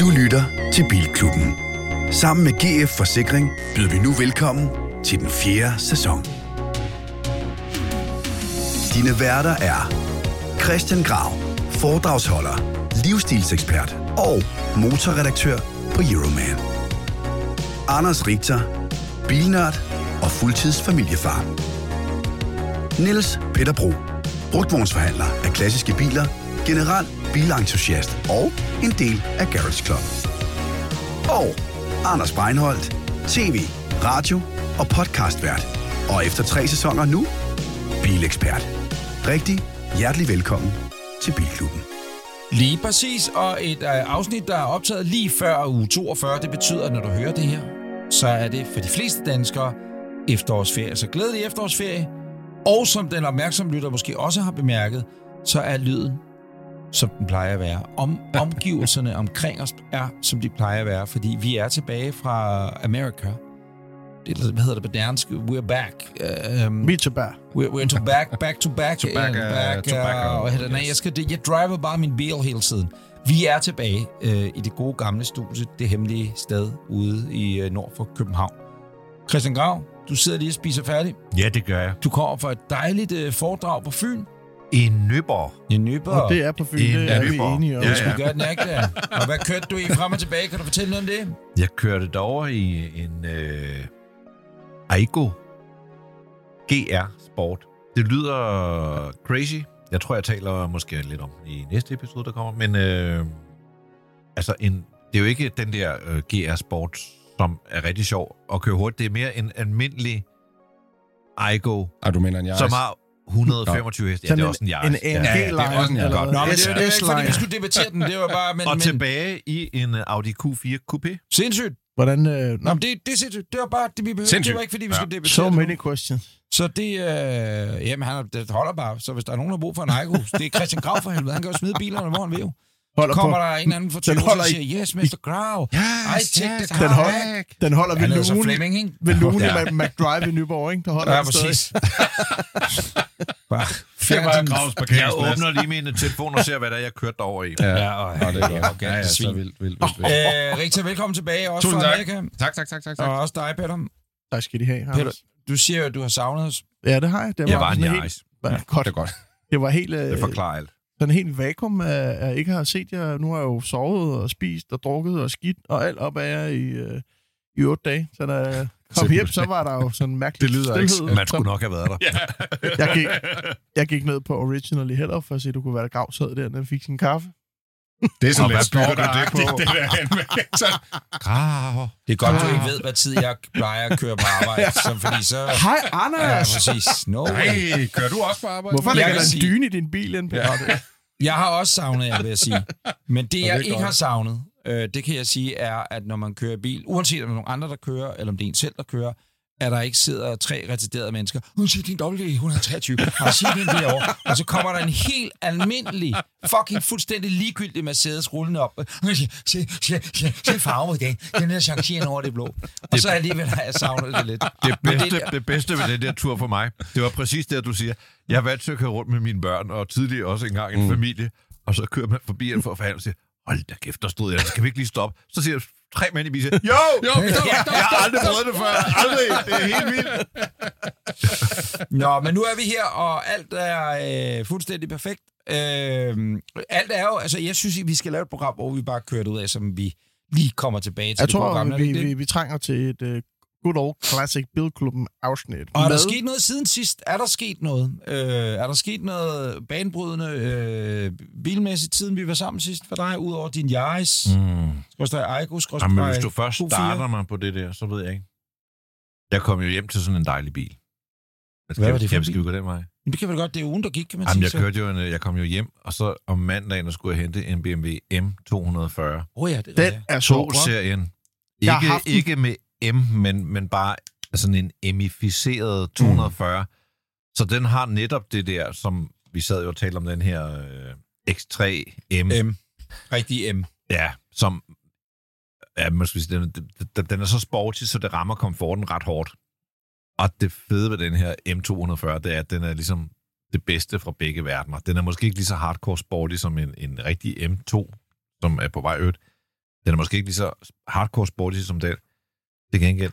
Du lytter til Bilklubben. Sammen med GF Forsikring byder vi nu velkommen til den fjerde sæson. Dine værter er Christian Grav, foredragsholder, livsstilsekspert og motorredaktør på Euroman. Anders Richter, bilnørd og fuldtidsfamiliefar. Niels Peter Bro, brugtvognsforhandler af klassiske biler, general bilentusiast og en del af Garage Club. Og Anders Breinholt, tv, radio og podcastvært. Og efter tre sæsoner nu, bilekspert. Rigtig hjertelig velkommen til Bilklubben. Lige præcis, og et øh, afsnit, der er optaget lige før uge 42, det betyder, at når du hører det her, så er det for de fleste danskere efterårsferie. Så glædelig efterårsferie, og som den opmærksomme lytter måske også har bemærket, så er lyden, som den plejer at være. Om, omgivelserne omkring os er, som de plejer at være, fordi vi er tilbage fra Amerika. Det, hvad hedder det på dansk? We're back. Uh, Vi er tilbage. We're, we're into back, back to back. Tobacco, and back, tobacco, og hedder- nej, yes. jeg, skal, det- jeg driver bare min bil hele tiden. Vi er tilbage øh, i det gode gamle studie, det hemmelige sted ude i øh, nord for København. Christian Grav, du sidder lige og spiser færdig. Ja, det gør jeg. Du kommer fra et dejligt øh, foredrag på Fyn. I Nyborg. I Nyborg. Og det er på Fyn, det Ja, er vi Nyborg. enige om. Ja, Du gør den ikke der. Og hvad kørte du i frem og tilbage? Kan du fortælle noget om det? Jeg kørte derover i en øh, Aigo GR Sport. Det lyder crazy. Jeg tror, jeg taler måske lidt om i næste episode, der kommer. Men øh, altså, en, det er jo ikke den der øh, GR Sport, som er rigtig sjov at køre hurtigt. Det er mere en almindelig Aigo, Ej, du mener en Yaris? som har 125 heste. Ja, Sådan det er også en Yaris. En ja. AMG-line. Ja, det er også en eller godt. hvad? Nå, men det var det, ikke, fordi vi S-line. skulle debattere den. Det var bare... Men, Og men, tilbage i en øh, Audi Q4 Coupé. Sindssygt. Hvordan... Øh, nå, Nå, men det, det er sindssygt. Det var bare det, vi behøvede. Det Sindssygt. var ikke, fordi vi Ja. skulle debattere so det. many questions. Så det, øh, jamen han er- det holder bare. Så hvis der er nogen, der har brug for en Aiko, det er Christian Grav for helvede. Han kan jo smide bilerne, hvor han vil jo. Holder Kommer på. der en eller anden for 20 år, holder og siger, yes, Mr. Grav. I take the Den car holder, back. den holder ved Han hedder så lugen. Flemming, ikke? Ved lugen Ja. i McDrive i Nyborg, ikke? Der holder Ja, den stadig. præcis. bare Jeg, fjerner den. jeg åbner lige mine telefoner og ser, hvad der er, jeg kørte derover i. Ja, Ja, og Nå, det er godt. arrogant Ja, ja, så svin. vildt, vildt, vildt. vildt. Øh, Rigtig velkommen tilbage, også Tusind fra tak. Amerika. Tak, tak, tak, tak, tak. Og også dig, Peter. Tak skal de have, Peter, Anders. du siger jo, at du har savnet os. Ja, det har jeg. Det Jeg var en sådan Yaris. Helt, ja, godt. Det er godt. Det var helt, øh, Det forklarer alt. sådan helt vakuum, af, at jeg ikke har set jer. Nu har jeg jo sovet og spist og drukket og skidt og alt op af jer i, øh, i otte dage. Så da jeg kom hjem, så var der jo sådan en mærkelig Det lyder ikke- stilhed. Man skulle nok have været der. jeg, gik, jeg gik ned på Originally Heller for at se, at du kunne være der gav sad der, når jeg fik sin kaffe. Det er Og sådan hvad lidt bygger du det på. snorkeragtigt, Det der hen med. Så, Grav. Det er godt, du ikke ved, hvad tid jeg plejer at køre på arbejde, så, fordi så... Hej, Ja, Anders! præcis. No, nej, kører du også på arbejde? Hvorfor Jeg ligger kan der en sige- dyne i din bil inde på ja. Jeg har også savnet jer, vil jeg sige. Men det, jeg godt. ikke har savnet, øh, det kan jeg sige, er, at når man kører bil, uanset om det er nogen andre, der kører, eller om det er en selv, der kører, at der ikke sidder tre retarderede mennesker. Hun siger, din dobbelt er 123. Har siger den derovre. Og så kommer der en helt almindelig, fucking fuldstændig ligegyldig Mercedes rullende op. Hun siger, se, se, se, se farve i dag. Den der chancen over det blå. Og så alligevel har jeg savnet det lidt. Ah, Det Men bedste, det bedste ved den der tur for mig, det var præcis det, at du siger. Jeg valgte til at køre rundt med mine børn, og tidligere også engang Mm. en familie. Og så kører man forbi en for at forhandle og siger, hold da kæft, der stod jeg. Skal vi ikke lige stoppe? Så siger jeg, tre mænd i bilen, siger, jo, jo, stop, stop, jeg har aldrig prøvet det før. Aldrig. Det er helt vildt. Nå, men nu er vi her, og alt er øh, fuldstændig perfekt. Øh, alt er jo, altså jeg synes, vi skal lave et program, hvor vi bare kører det ud af, som vi lige kommer tilbage til Jeg det tror, program. er det vi, ikke det? vi, vi trænger til et uh, good old classic bilklubben afsnit. Og er der med- sket noget siden sidst? Er der sket noget? Øh, er der sket noget banebrydende øh, bilmæssigt, siden vi var sammen sidst for dig, udover din Yaris? Mm. Skorstræk Aiko, skorstræk Jamen, hvis du først Q4. starter mig på det der, så ved jeg ikke. Jeg kom jo hjem til sådan en dejlig bil. Skal, var det for en Jamen, skal vi gå den vej? Jamen, det kan vel godt, det er ugen, der gik, kan man Jamen, sige. jeg, kørte jo en, øh, jeg kom jo hjem, og så om mandagen der skulle jeg hente en BMW M240. Åh oh, ja, det er Den rigtigt. er så bra. To-serien. Jeg har Ikke, haft den. ikke med M, men, men bare sådan en emificeret 240. Mm. Så den har netop det der, som vi sad jo og talte om, den her øh, X3 M. M. Rigtig M. Ja, som ja, man skal sige, den, den, den er så sporty, så det rammer komforten ret hårdt. Og det fede ved den her M240, det er, at den er ligesom det bedste fra begge verdener. Den er måske ikke lige så hardcore sporty som en, en rigtig M2, som er på vej øvrigt. Den er måske ikke lige så hardcore sporty som den. Til gengæld,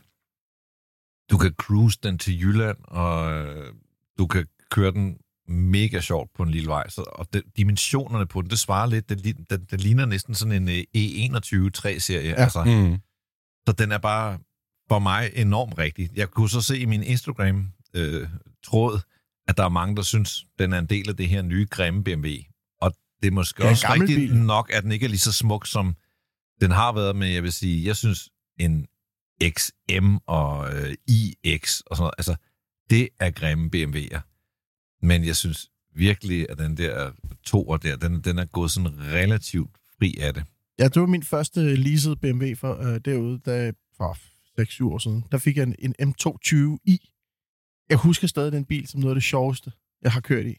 du kan cruise den til Jylland, og øh, du kan køre den mega sjovt på en lille vej. Så, og de, dimensionerne på den, det svarer lidt. Den, li- den, den ligner næsten sådan en øh, E21 3-serie. Ja. Altså, Mm. så den er bare for mig enormt rigtig. Jeg kunne så se i min Instagram-tråd, at der er mange, der synes, den er en del af det her nye grimme BMW. Og det er måske Ja, en også gammel rigtigt bil. nok, at den ikke er lige så smuk, som den har været. Men jeg vil sige, jeg synes, en XM og øh, iX og sådan noget, altså, det er grimme BMW'er. Men jeg synes virkelig, at den der toer der, den, den er gået sådan relativt fri af det. Ja, det var min første leasede BMW for, øh, derude, da, for 6-7 år siden. Der fik jeg en, en M220i. Jeg husker stadig den bil som noget af det sjoveste, jeg har kørt i.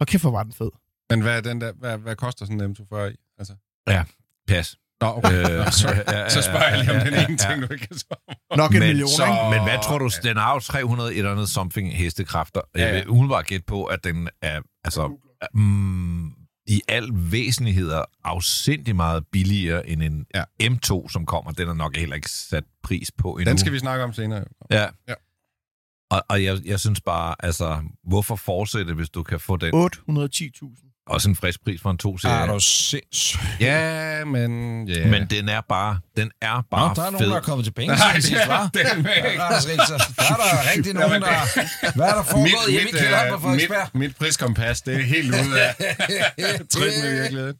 Og kæft, hvor var den fed. Men hvad, er den der, hvad, hvad koster sådan en M240 i? Altså, Pas. Nå, okay. Øh, Nå, sorry. ja, ja, Så spørger jeg lige om ja, den ja, ene ja. ting, du ikke kan svare på. Nok en Men million, så- ikke? Og- Men hvad tror du, den har jo 300 et eller andet something hestekræfter. Ja, Jeg ja. vil umiddelbart gætte på, at den er, altså, mm, i al væsentligheder afsindig meget billigere end en Ja. ja. M2, som kommer. Den er nok heller ikke sat pris på endnu. Den skal vi snakke om senere. Ja. Ja. ja. Og, og jeg, jeg synes bare, altså, hvorfor fortsætte, hvis du kan få den? 810.000. Også en frisk pris for en 2 Er serie du sindssyg? Ja, men... Yeah. Men den er bare, den er Nå, bare der er fed. nogen, der er kommet til penge. Nej, Nej, det er det er den væk. Lars Richter. Der er der rigtig nogen, der... Hvad er der foregået hjemme i kælderen på øh, Frederiksberg? mit, mit priskompas, det er helt ude af tryk med virkeligheden.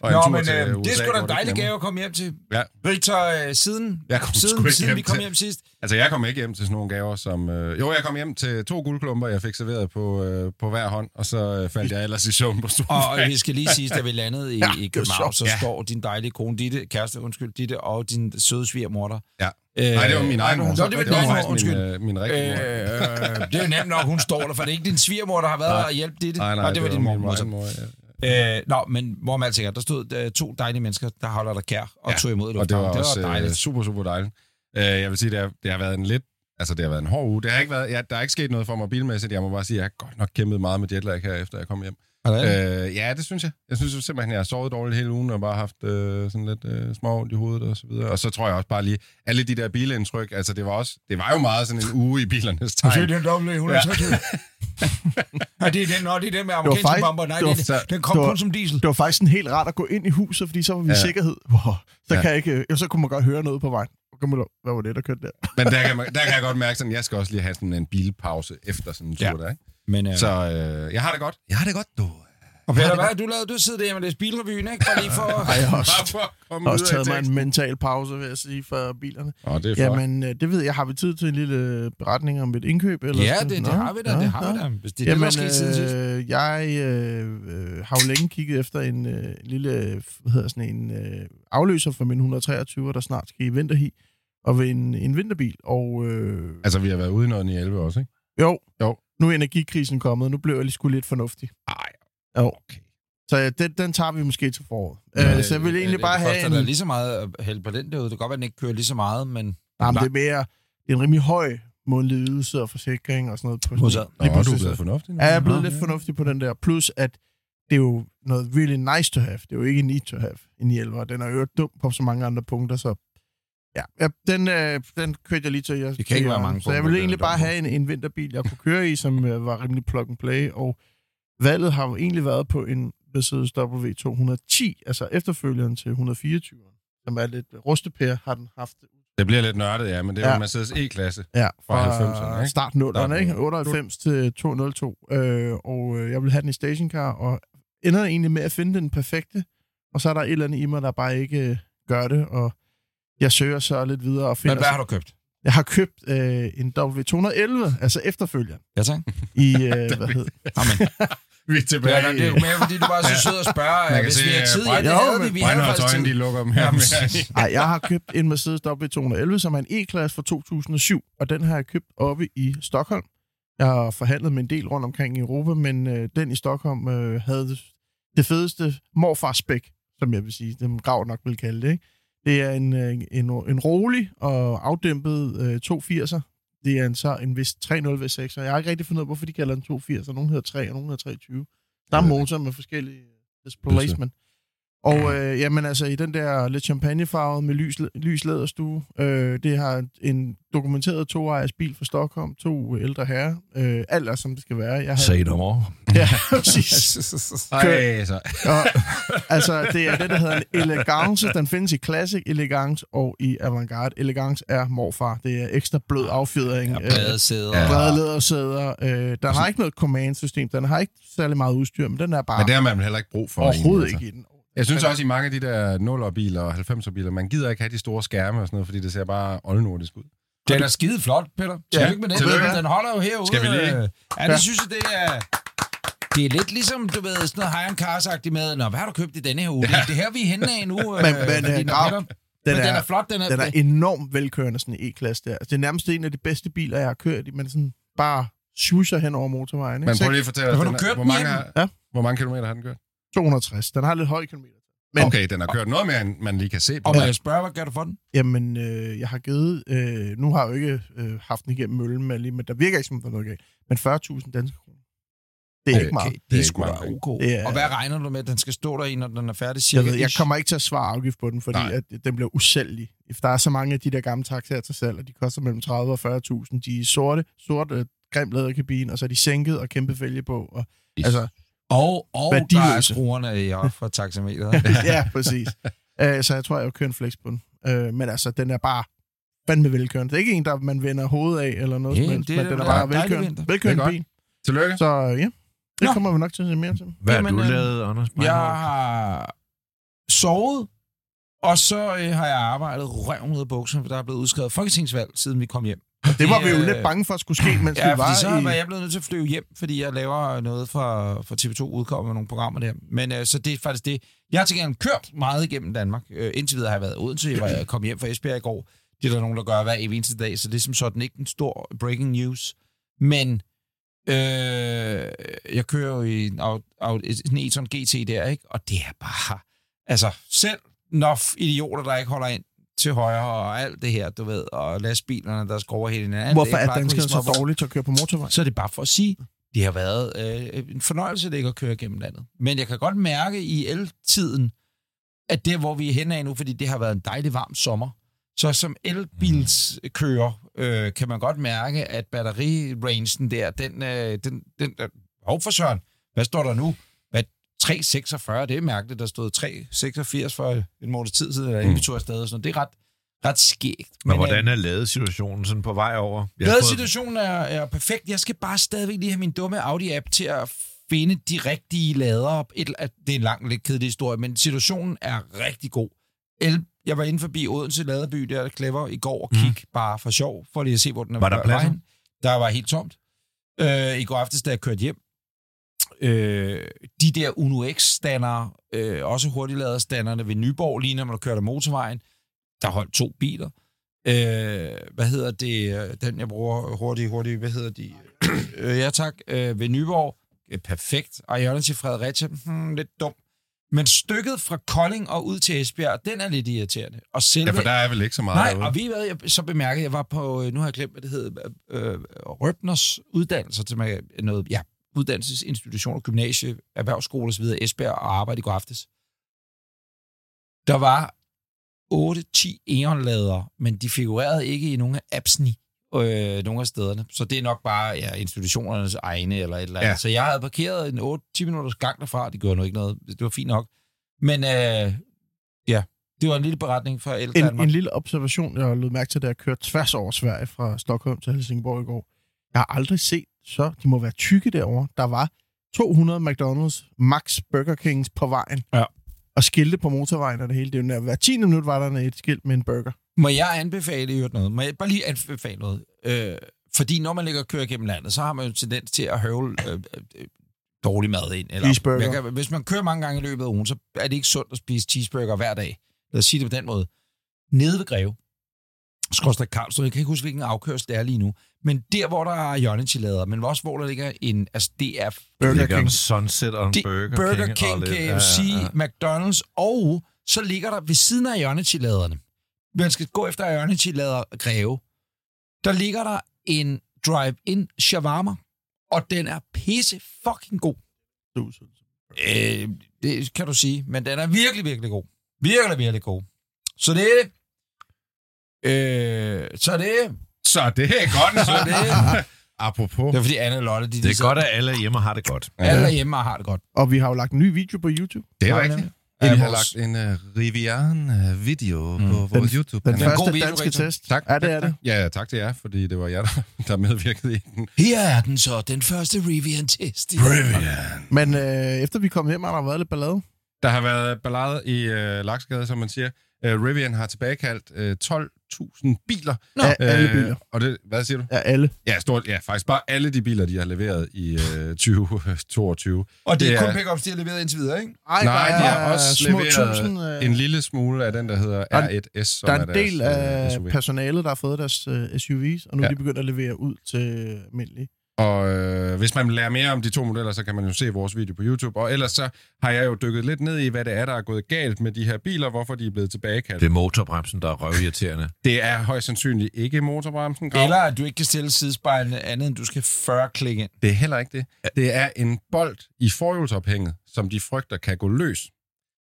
Og en Nå, tur men til øh, det er USA, sgu da hvor en det dejlig knæmmer. gave at komme hjem til. Ja. Victor, øh, siden, Jeg kom sgu siden, ikke siden hjem vi kom til- hjem sidst, Altså, jeg kom ikke hjem til sådan nogle gaver, som... Øh, jo, jeg kom hjem til to guldklumper, jeg fik serveret på, øh, på hver hånd, og så øh, faldt jeg ellers i søvn på Og, sofaen. og vi skal lige sige, da vi landede i, ja, i København, så ja. står din dejlige kone, Ditte, kæreste, undskyld, Ditte, og din søde svigermor der. Ja. Øh, Nej, det var min egen nej, mor. Nå, det var din mor, faktisk undskyld. Min, øh, min rigtige mor. Øh, øh, det er jo nemt nok, hun står der, for det er ikke din svigermor, der har været der og hjælpe Ditte. Nej, nej, Nå, det, var din min mor. mor egen mor ja. så. Øh, nå, men hvor man sikkert, der stod øh, to dejlige mennesker, der holder dig kær og Ja, ja. tog imod dig. Og det var, det også var øh, dejligt. super, super dejligt. Øh, jeg vil sige, det har, det har været en lidt... Altså, det har været en hård uge. Det har ikke været, ja, der er ikke sket noget for mig bilmæssigt. Jeg må bare sige, jeg har godt nok kæmpet meget med jetlag her, efter jeg kom hjem. Hvordan? Øh, ja, det synes jeg. Jeg synes jo simpelthen, jeg har sovet dårligt hele ugen, og bare haft øh, sådan lidt øh, små ondt i hovedet og så videre. Og så tror jeg også bare lige, alle de der bilindtryk, altså det var, også, det var jo meget sådan en uge i bilernes Og se tegn. den dobbelt, hun Ja. er så ked. Nej, det er den, nå, det er den med amerikanske faktisk- bomber. Nej, det var det er, så- den- den kom det var- kun som diesel. Det var faktisk sådan helt rart at gå ind i huset, fordi så var vi ja. Ja. i sikkerhed. Wow, så, Ja. ja. kan jeg ikke, øh, så kunne man godt høre noget på vejen. Okay, hvad var det, der kørte der? Men der kan, man- der kan jeg godt mærke, at jeg skal også lige have sådan en bilpause efter sådan en tur Ja. der. Ikke? Men, øh, Så øh, jeg har det godt. Jeg har det godt, du. Og Peter, hvad har du lavet? Du sidder derhjemme og læser bilrevyen, ikke? Bare lige for... Ej, jeg har Bare også, for at komme jeg har videre også taget i mig en teksten. mental pause, vil jeg sige, for bilerne. Åh, det er flot. Jamen, øh, det ved jeg. Har vi tid til en lille beretning om et indkøb? Eller Ja, sådan? det, det Nå, har vi da, nå, det har nå. vi da. Hvis det er det, der Jamen, er sket siden sidst. øh, jeg øh, øh, har jo længe kigget efter en øh, lille øh, hvad hedder sådan en, øh, afløser for min 123, der snart skal i vinterhi, og ved en, en vinterbil. Og øh, Altså, vi har været ude i noget i 11 også, ikke? jo, Jo. nu er energikrisen kommet, nu blev jeg lige sgu lidt fornuftig. Ej, Jo. okay. Så øh, den, den tager vi måske til foråret. Men, Øh, så jeg vil egentlig bare det have koster en... da lige så meget at hælde på den derude. Det kan godt være, at den ikke kører lige så meget, men... Nej, men det er mere... Det er en rimelig høj månedlig ydelse og forsikring og sådan noget. På Modtaget. Nå, lige præcis. du er blevet fornuftig nu. Ja, jeg er blevet Nå, lidt ja. fornuftig på den der. Plus, at det er jo noget really nice to have. Det er jo ikke need to have en 11, og den er jo dum på så mange andre punkter, så... Ja, ja den, øh, den kørte jeg lige til. Jeg, Det kan ikke være mange Så punkter, jeg ville den er egentlig dum bare på. have en, en vinterbil, jeg kunne køre i, som øh, var rimelig plug and play, og valget har jo egentlig været på en Mercedes W210, altså efterfølgeren til 124, som er lidt rustepære, har den haft Det bliver lidt nørdet, ja, men det er jo Ja. en Mercedes E-klasse. Ja, Fra fra, 90'erne, ikke? start 0'erne, ikke? 98 til 202. Øh, og øh, jeg ville have den i stationcar, og ender egentlig med at finde den perfekte, og så er der et eller andet i mig, der bare ikke øh, gør det, og jeg søger så lidt videre og Men finder... hvad har du købt? Jeg har købt øh, en W211, altså efterfølgeren, Ja, tak. i, øh, hvad hed Amen. Vi er Ja, tilbage. nå, det er jo mere, fordi du bare er så sød at spørge, Man øh, kan hvis se, vi har øh, tid. Ja, Brøndholm- det havde vi. Vi havde Brændholds faktisk øjne, tid. de lukker mere og mere. Nej, jeg har købt en Mercedes W211, som er en E-klasse fra 2007, og den har jeg købt oppe i Stockholm. Jeg har forhandlet med en del rundt omkring i Europa, men øh, den i Stockholm øh, havde det, det fedeste morfarspæk, som jeg vil sige, den grav nok vil kalde det. Ikke? Det er en, øh, en, en rolig og afdæmpet øh, 280'er Det er en, så en vis 3.0 v 6 og jeg har ikke rigtig fundet ud af, hvorfor de kalder den 280, og nogen hedder 3, og nogen hedder 23. Der er Jeg ved det motor med forskellige displacement. Og øh, jamen altså, i den der lidt champagnefarvede med lys, lys læderstue, øh, det har en dokumenteret toejers bil fra Stockholm, to ældre herrer, øh, alt er, som det skal være. Jeg havde, Say no more. Ja, præcis. Ej, så. Og, altså, det er det, der hedder en elegance. Den findes i Classic Elegance og i Avantgarde. Elegance er morfar. Det er ekstra blød Ah, affjedring. øh, Brede sæder. Ja. Brede lædersæder. Øh, den har ikke noget command-system. Den har ikke særlig meget udstyr, men den er bare Men det er har man vel heller ikke brug for. Ah. altså. overhovedet egentlig, ikke i den. Jeg synes også, i mange af de der 0'er biler og 90'er biler, man gider ikke have de store skærme og sådan noget, fordi det ser bare oldnordisk ud. Den er skide flot, Peter. Tillykke med den. tillykke. Den holder jo herude. Øh, Skal vi lige? Ja, det synes jeg, det er... Det er lidt ligesom, du ved, sådan noget Hayan cars med, Nå, hvad har du købt i denne her uge? Ja. Det er her, vi er henne af nu. Men, Men- men, øh, Grav, den, men den er flot, den er... den er enormt velkørende, sådan en E-klasse der. Altså, det er nærmest en af de bedste biler, jeg har kørt i, men sådan bare susher hen over motorvejen. Ikke? Men prøv Så lige at fortælle os, Har du den er- kørt hvor, den mange hjem? har, Ja. hvor mange kilometer har den kørt? 260. Den har lidt høj kilometer. Men, Men- okay, den har kørt noget mere, end man lige kan se på. Og må den. jeg spørge, hvad gør du for den? Jamen, øh, jeg har givet... Øh, nu har jeg jo ikke øh, haft den igennem møllen, men, lige, men der virker ikke, som der er noget galt. Men 40.000 danske kroner. Det er okay. ikke meget. det er ikke sgu da mange penge. ok. Det er- Og hvad regner du med, at den skal stå der i, når den er færdig? Jeg, Cirka ved, jeg ish? kommer ikke til at svare afgift på den, fordi Nej. at den bliver usælgelig. Der er så mange af de der gamle taxaer til salg, og de koster mellem 30 og 40.000. De er sorte, sort øh, grim læderkabine, og så er de sænket og kæmpe fælge på. Og, altså, Og, og der er Værdiløse. skruerne i op for taxameteret. ja, præcis. Øh, så jeg tror, jeg vil køre en flex på den. Øh, men altså, den er bare fandme velkørende. Det er ikke en, der man vender hovedet af eller noget Ja, som helst, det er men da den er bare bare dejlig velkørende. vinter. Velkørende Det er bil. Tillykke. Så ja, det Nå. kommer vi nok til at se mere til. Hvad har Jamen, du øh, lavet, Anders? Jeg Breinholt? har sovet, og så øh, har jeg arbejdet røven ud af bukserne, for der er blevet udskrevet folketingsvalg, siden vi kom hjem. Det var vi jo øh, lidt bange for, at skulle ske, mens Ja, vi fordi så var var i... jeg blevet nødt til at flyve hjem, fordi jeg laver noget fra, fra TV2 udkommer med nogle programmer der. Men øh, så det er faktisk det. Jeg har til gengæld kørt meget igennem Danmark. Øh, indtil videre har jeg været i Odense, hvor jeg kom hjem fra Esbjerg i går. Det er der nogen, der gør hver evig eneste dag, så det er som sådan ikke en stor breaking news. Men øh, jeg kører jo i en, au- au- en Eton GT der, ikke? og det er bare... Altså, selv når f- idioter, der ikke holder ind til højre og alt det her, du ved, og lastbilerne, der skal over hele hinanden. Hvorfor det er bare at gå i danskerne så småbørn dårlige til at køre på motorvej? så er det bare for at sige, det har været øh, en fornøjelse, det ikke at køre gennem landet. Men jeg kan godt mærke i el-tiden, at det, hvor vi er henne af nu, fordi det har været en dejlig varm sommer, så som elbilskører øh, kan man godt mærke, at batterirangen der, den, øh, den, den øh, hov for søren, hvad står der nu? Hvad, 3,46, det er mærkeligt, der stod 3,86 for en måneds tid siden, eller mm. Mm. vi tog afsted og sådan noget. Det er ret, ret skægt. Men øh, hvordan er lavet situationen sådan på vej over? Jeg har Hvad fået- situationen er, er perfekt. Jeg skal bare stadigvæk lige have min dumme Audi-app til at finde de rigtige lader op. Et, at- det er en lang, lidt kedelig historie, men situationen er rigtig god. El, jeg var inde forbi Odense Laderby, der er Clever, i går og Mhm. kig bare for sjov, for lige at se, hvor den er Var der på pladser? vejen. Der var helt tomt. Øh, I går aftes, da jeg kørte hjem, øh, de der Uno X-standere, øh, også hurtigladerstanderne ved Nyborg, lige når man kører der motorvejen, der holdt to biler. Øh, hvad hedder det? øh, Den, jeg bruger hurtigt, hurtigt. Hvad hedder de? øh, ja, tak. Øh, ved Nyborg. Øh, perfekt. Ionity Fredericia. Hmm, lidt dum. Men stykket fra Kolding og ud til Esbjerg, den er lidt irriterende. Og selve... Ja, for der er vel ikke så meget Nej, derude. og ved I hvad, jeg så bemærkede, jeg var på, øh, nu har jeg glemt, hvad det hed, øh, øh, Røbners uddannelser til mig, noget, ja, uddannelsesinstitutioner, gymnasie, erhvervsskole osv., Esbjerg og arbejde i går aftes. Der var 8-10 eonlader, men de figurerede ikke i nogen af appsene, øh, nogen af stederne. Så det er nok bare ja, institutionernes egne eller et eller andet. Ja. Ja. Så jeg havde parkeret en 8-10 minutters gang derfra, det gjorde nu ikke noget, det var fint nok. Men øh, ja, det var en lille beretning fra El en, en lille observation, jeg lød mærke til, da jeg kørte tværs over Sverige fra Stockholm til Helsingborg i går. Jeg har aldrig set så, de må være tykke derovre. Der var 200 McDonald's, Max Burger Kings på vejen. Ja. Og skilte på motorvejen og det hele. Det er jo nær- hver 10. minut var der et skilt med en burger. Må jeg anbefale i øvrigt noget? Må jeg bare lige anbefale noget? Øh, fordi når man ligger og kører gennem landet, så har man jo tendens til at høvle øh, øh, dårlig mad ind. Eller, Cheeseburger. Man kan, hvis man kører mange gange i løbet af ugen, så er det ikke sundt at spise cheeseburger hver dag. Lad os sige det på den måde. Nede ved Greve, Skorstad Karlsruhe, jeg kan ikke huske, hvilken afkørsel det er lige nu, men der, hvor der er Jollinchilader, men også hvor der ligger en, altså det er Der Burger ligger en King. sunset og en det, Burger, Burger og King, lidt- King ja, KFC, ja, ja, ja. ja. McDonald's, og så ligger der ved siden af Ionity-laderne. Man skal gå efter Ionity-lader Greve. Der ligger der en drive-in shawarma, og den er pisse fucking god. Du, så- Øh, det kan du sige, men den er virkelig, virkelig god. Virkelig, virkelig god. Så det er det. Øh, så er det det. Så det er godt Så er nok. det det. Apropos. Det er fordi Anne og Lotte, de, Det de er godt, at alle hjemme har det godt. sidder- alle hjemme og har det godt. Og vi har jo lagt en ny video på YouTube. Det er Ja, rigtigt. nemlig. Vi har Vores- lagt en uh, Rivian-video på vores Mm. Den YouTube-kanal. første video, danske rigtig. test. Tak. Ja, det er det. Ja, tak til jer, fordi det var jer, der, der medvirkede i den. Her er den så, den første Rivian-test. i- Men øh, efter vi kom hjem, har der været lidt ballade. Der har været ballade i øh, Laksgade, som man siger. Øh, Rivian har tilbagekaldt øh, 12.000 biler. Øh, Nå. Af alle biler. Og det, hvad siger du? Ja, alle. Ja, stort, ja, faktisk bare alle de biler, de har leveret i øh, 2022. Og det er Det er- kun pickups, de har leveret indtil videre, ikke? Ej, Nej, der de er har også små leveret tusind, øh, En lille smule af den, der hedder Der er en- R1S, som der er en deres, del øh, af SUV. personalet, der har fået deres øh, SUV's, og nu er Ja. de begyndt at levere ud til almindelige. Og øh, hvis man lærer mere om de to modeller, så kan man jo se vores video på YouTube. Og ellers så har jeg jo dykket lidt ned i, hvad det er, der er gået galt med de her biler, hvorfor de er blevet tilbagekaldt. Det Det, er motorbremsen, der er røvirriterende. det er højst sandsynligt ikke motorbremsen. Grav. Eller at du ikke kan stille sidespejlene andet, end du skal 40 klik ind. Det er heller ikke det. Det er en bold i forhjulsophænget, som de frygter kan gå løs.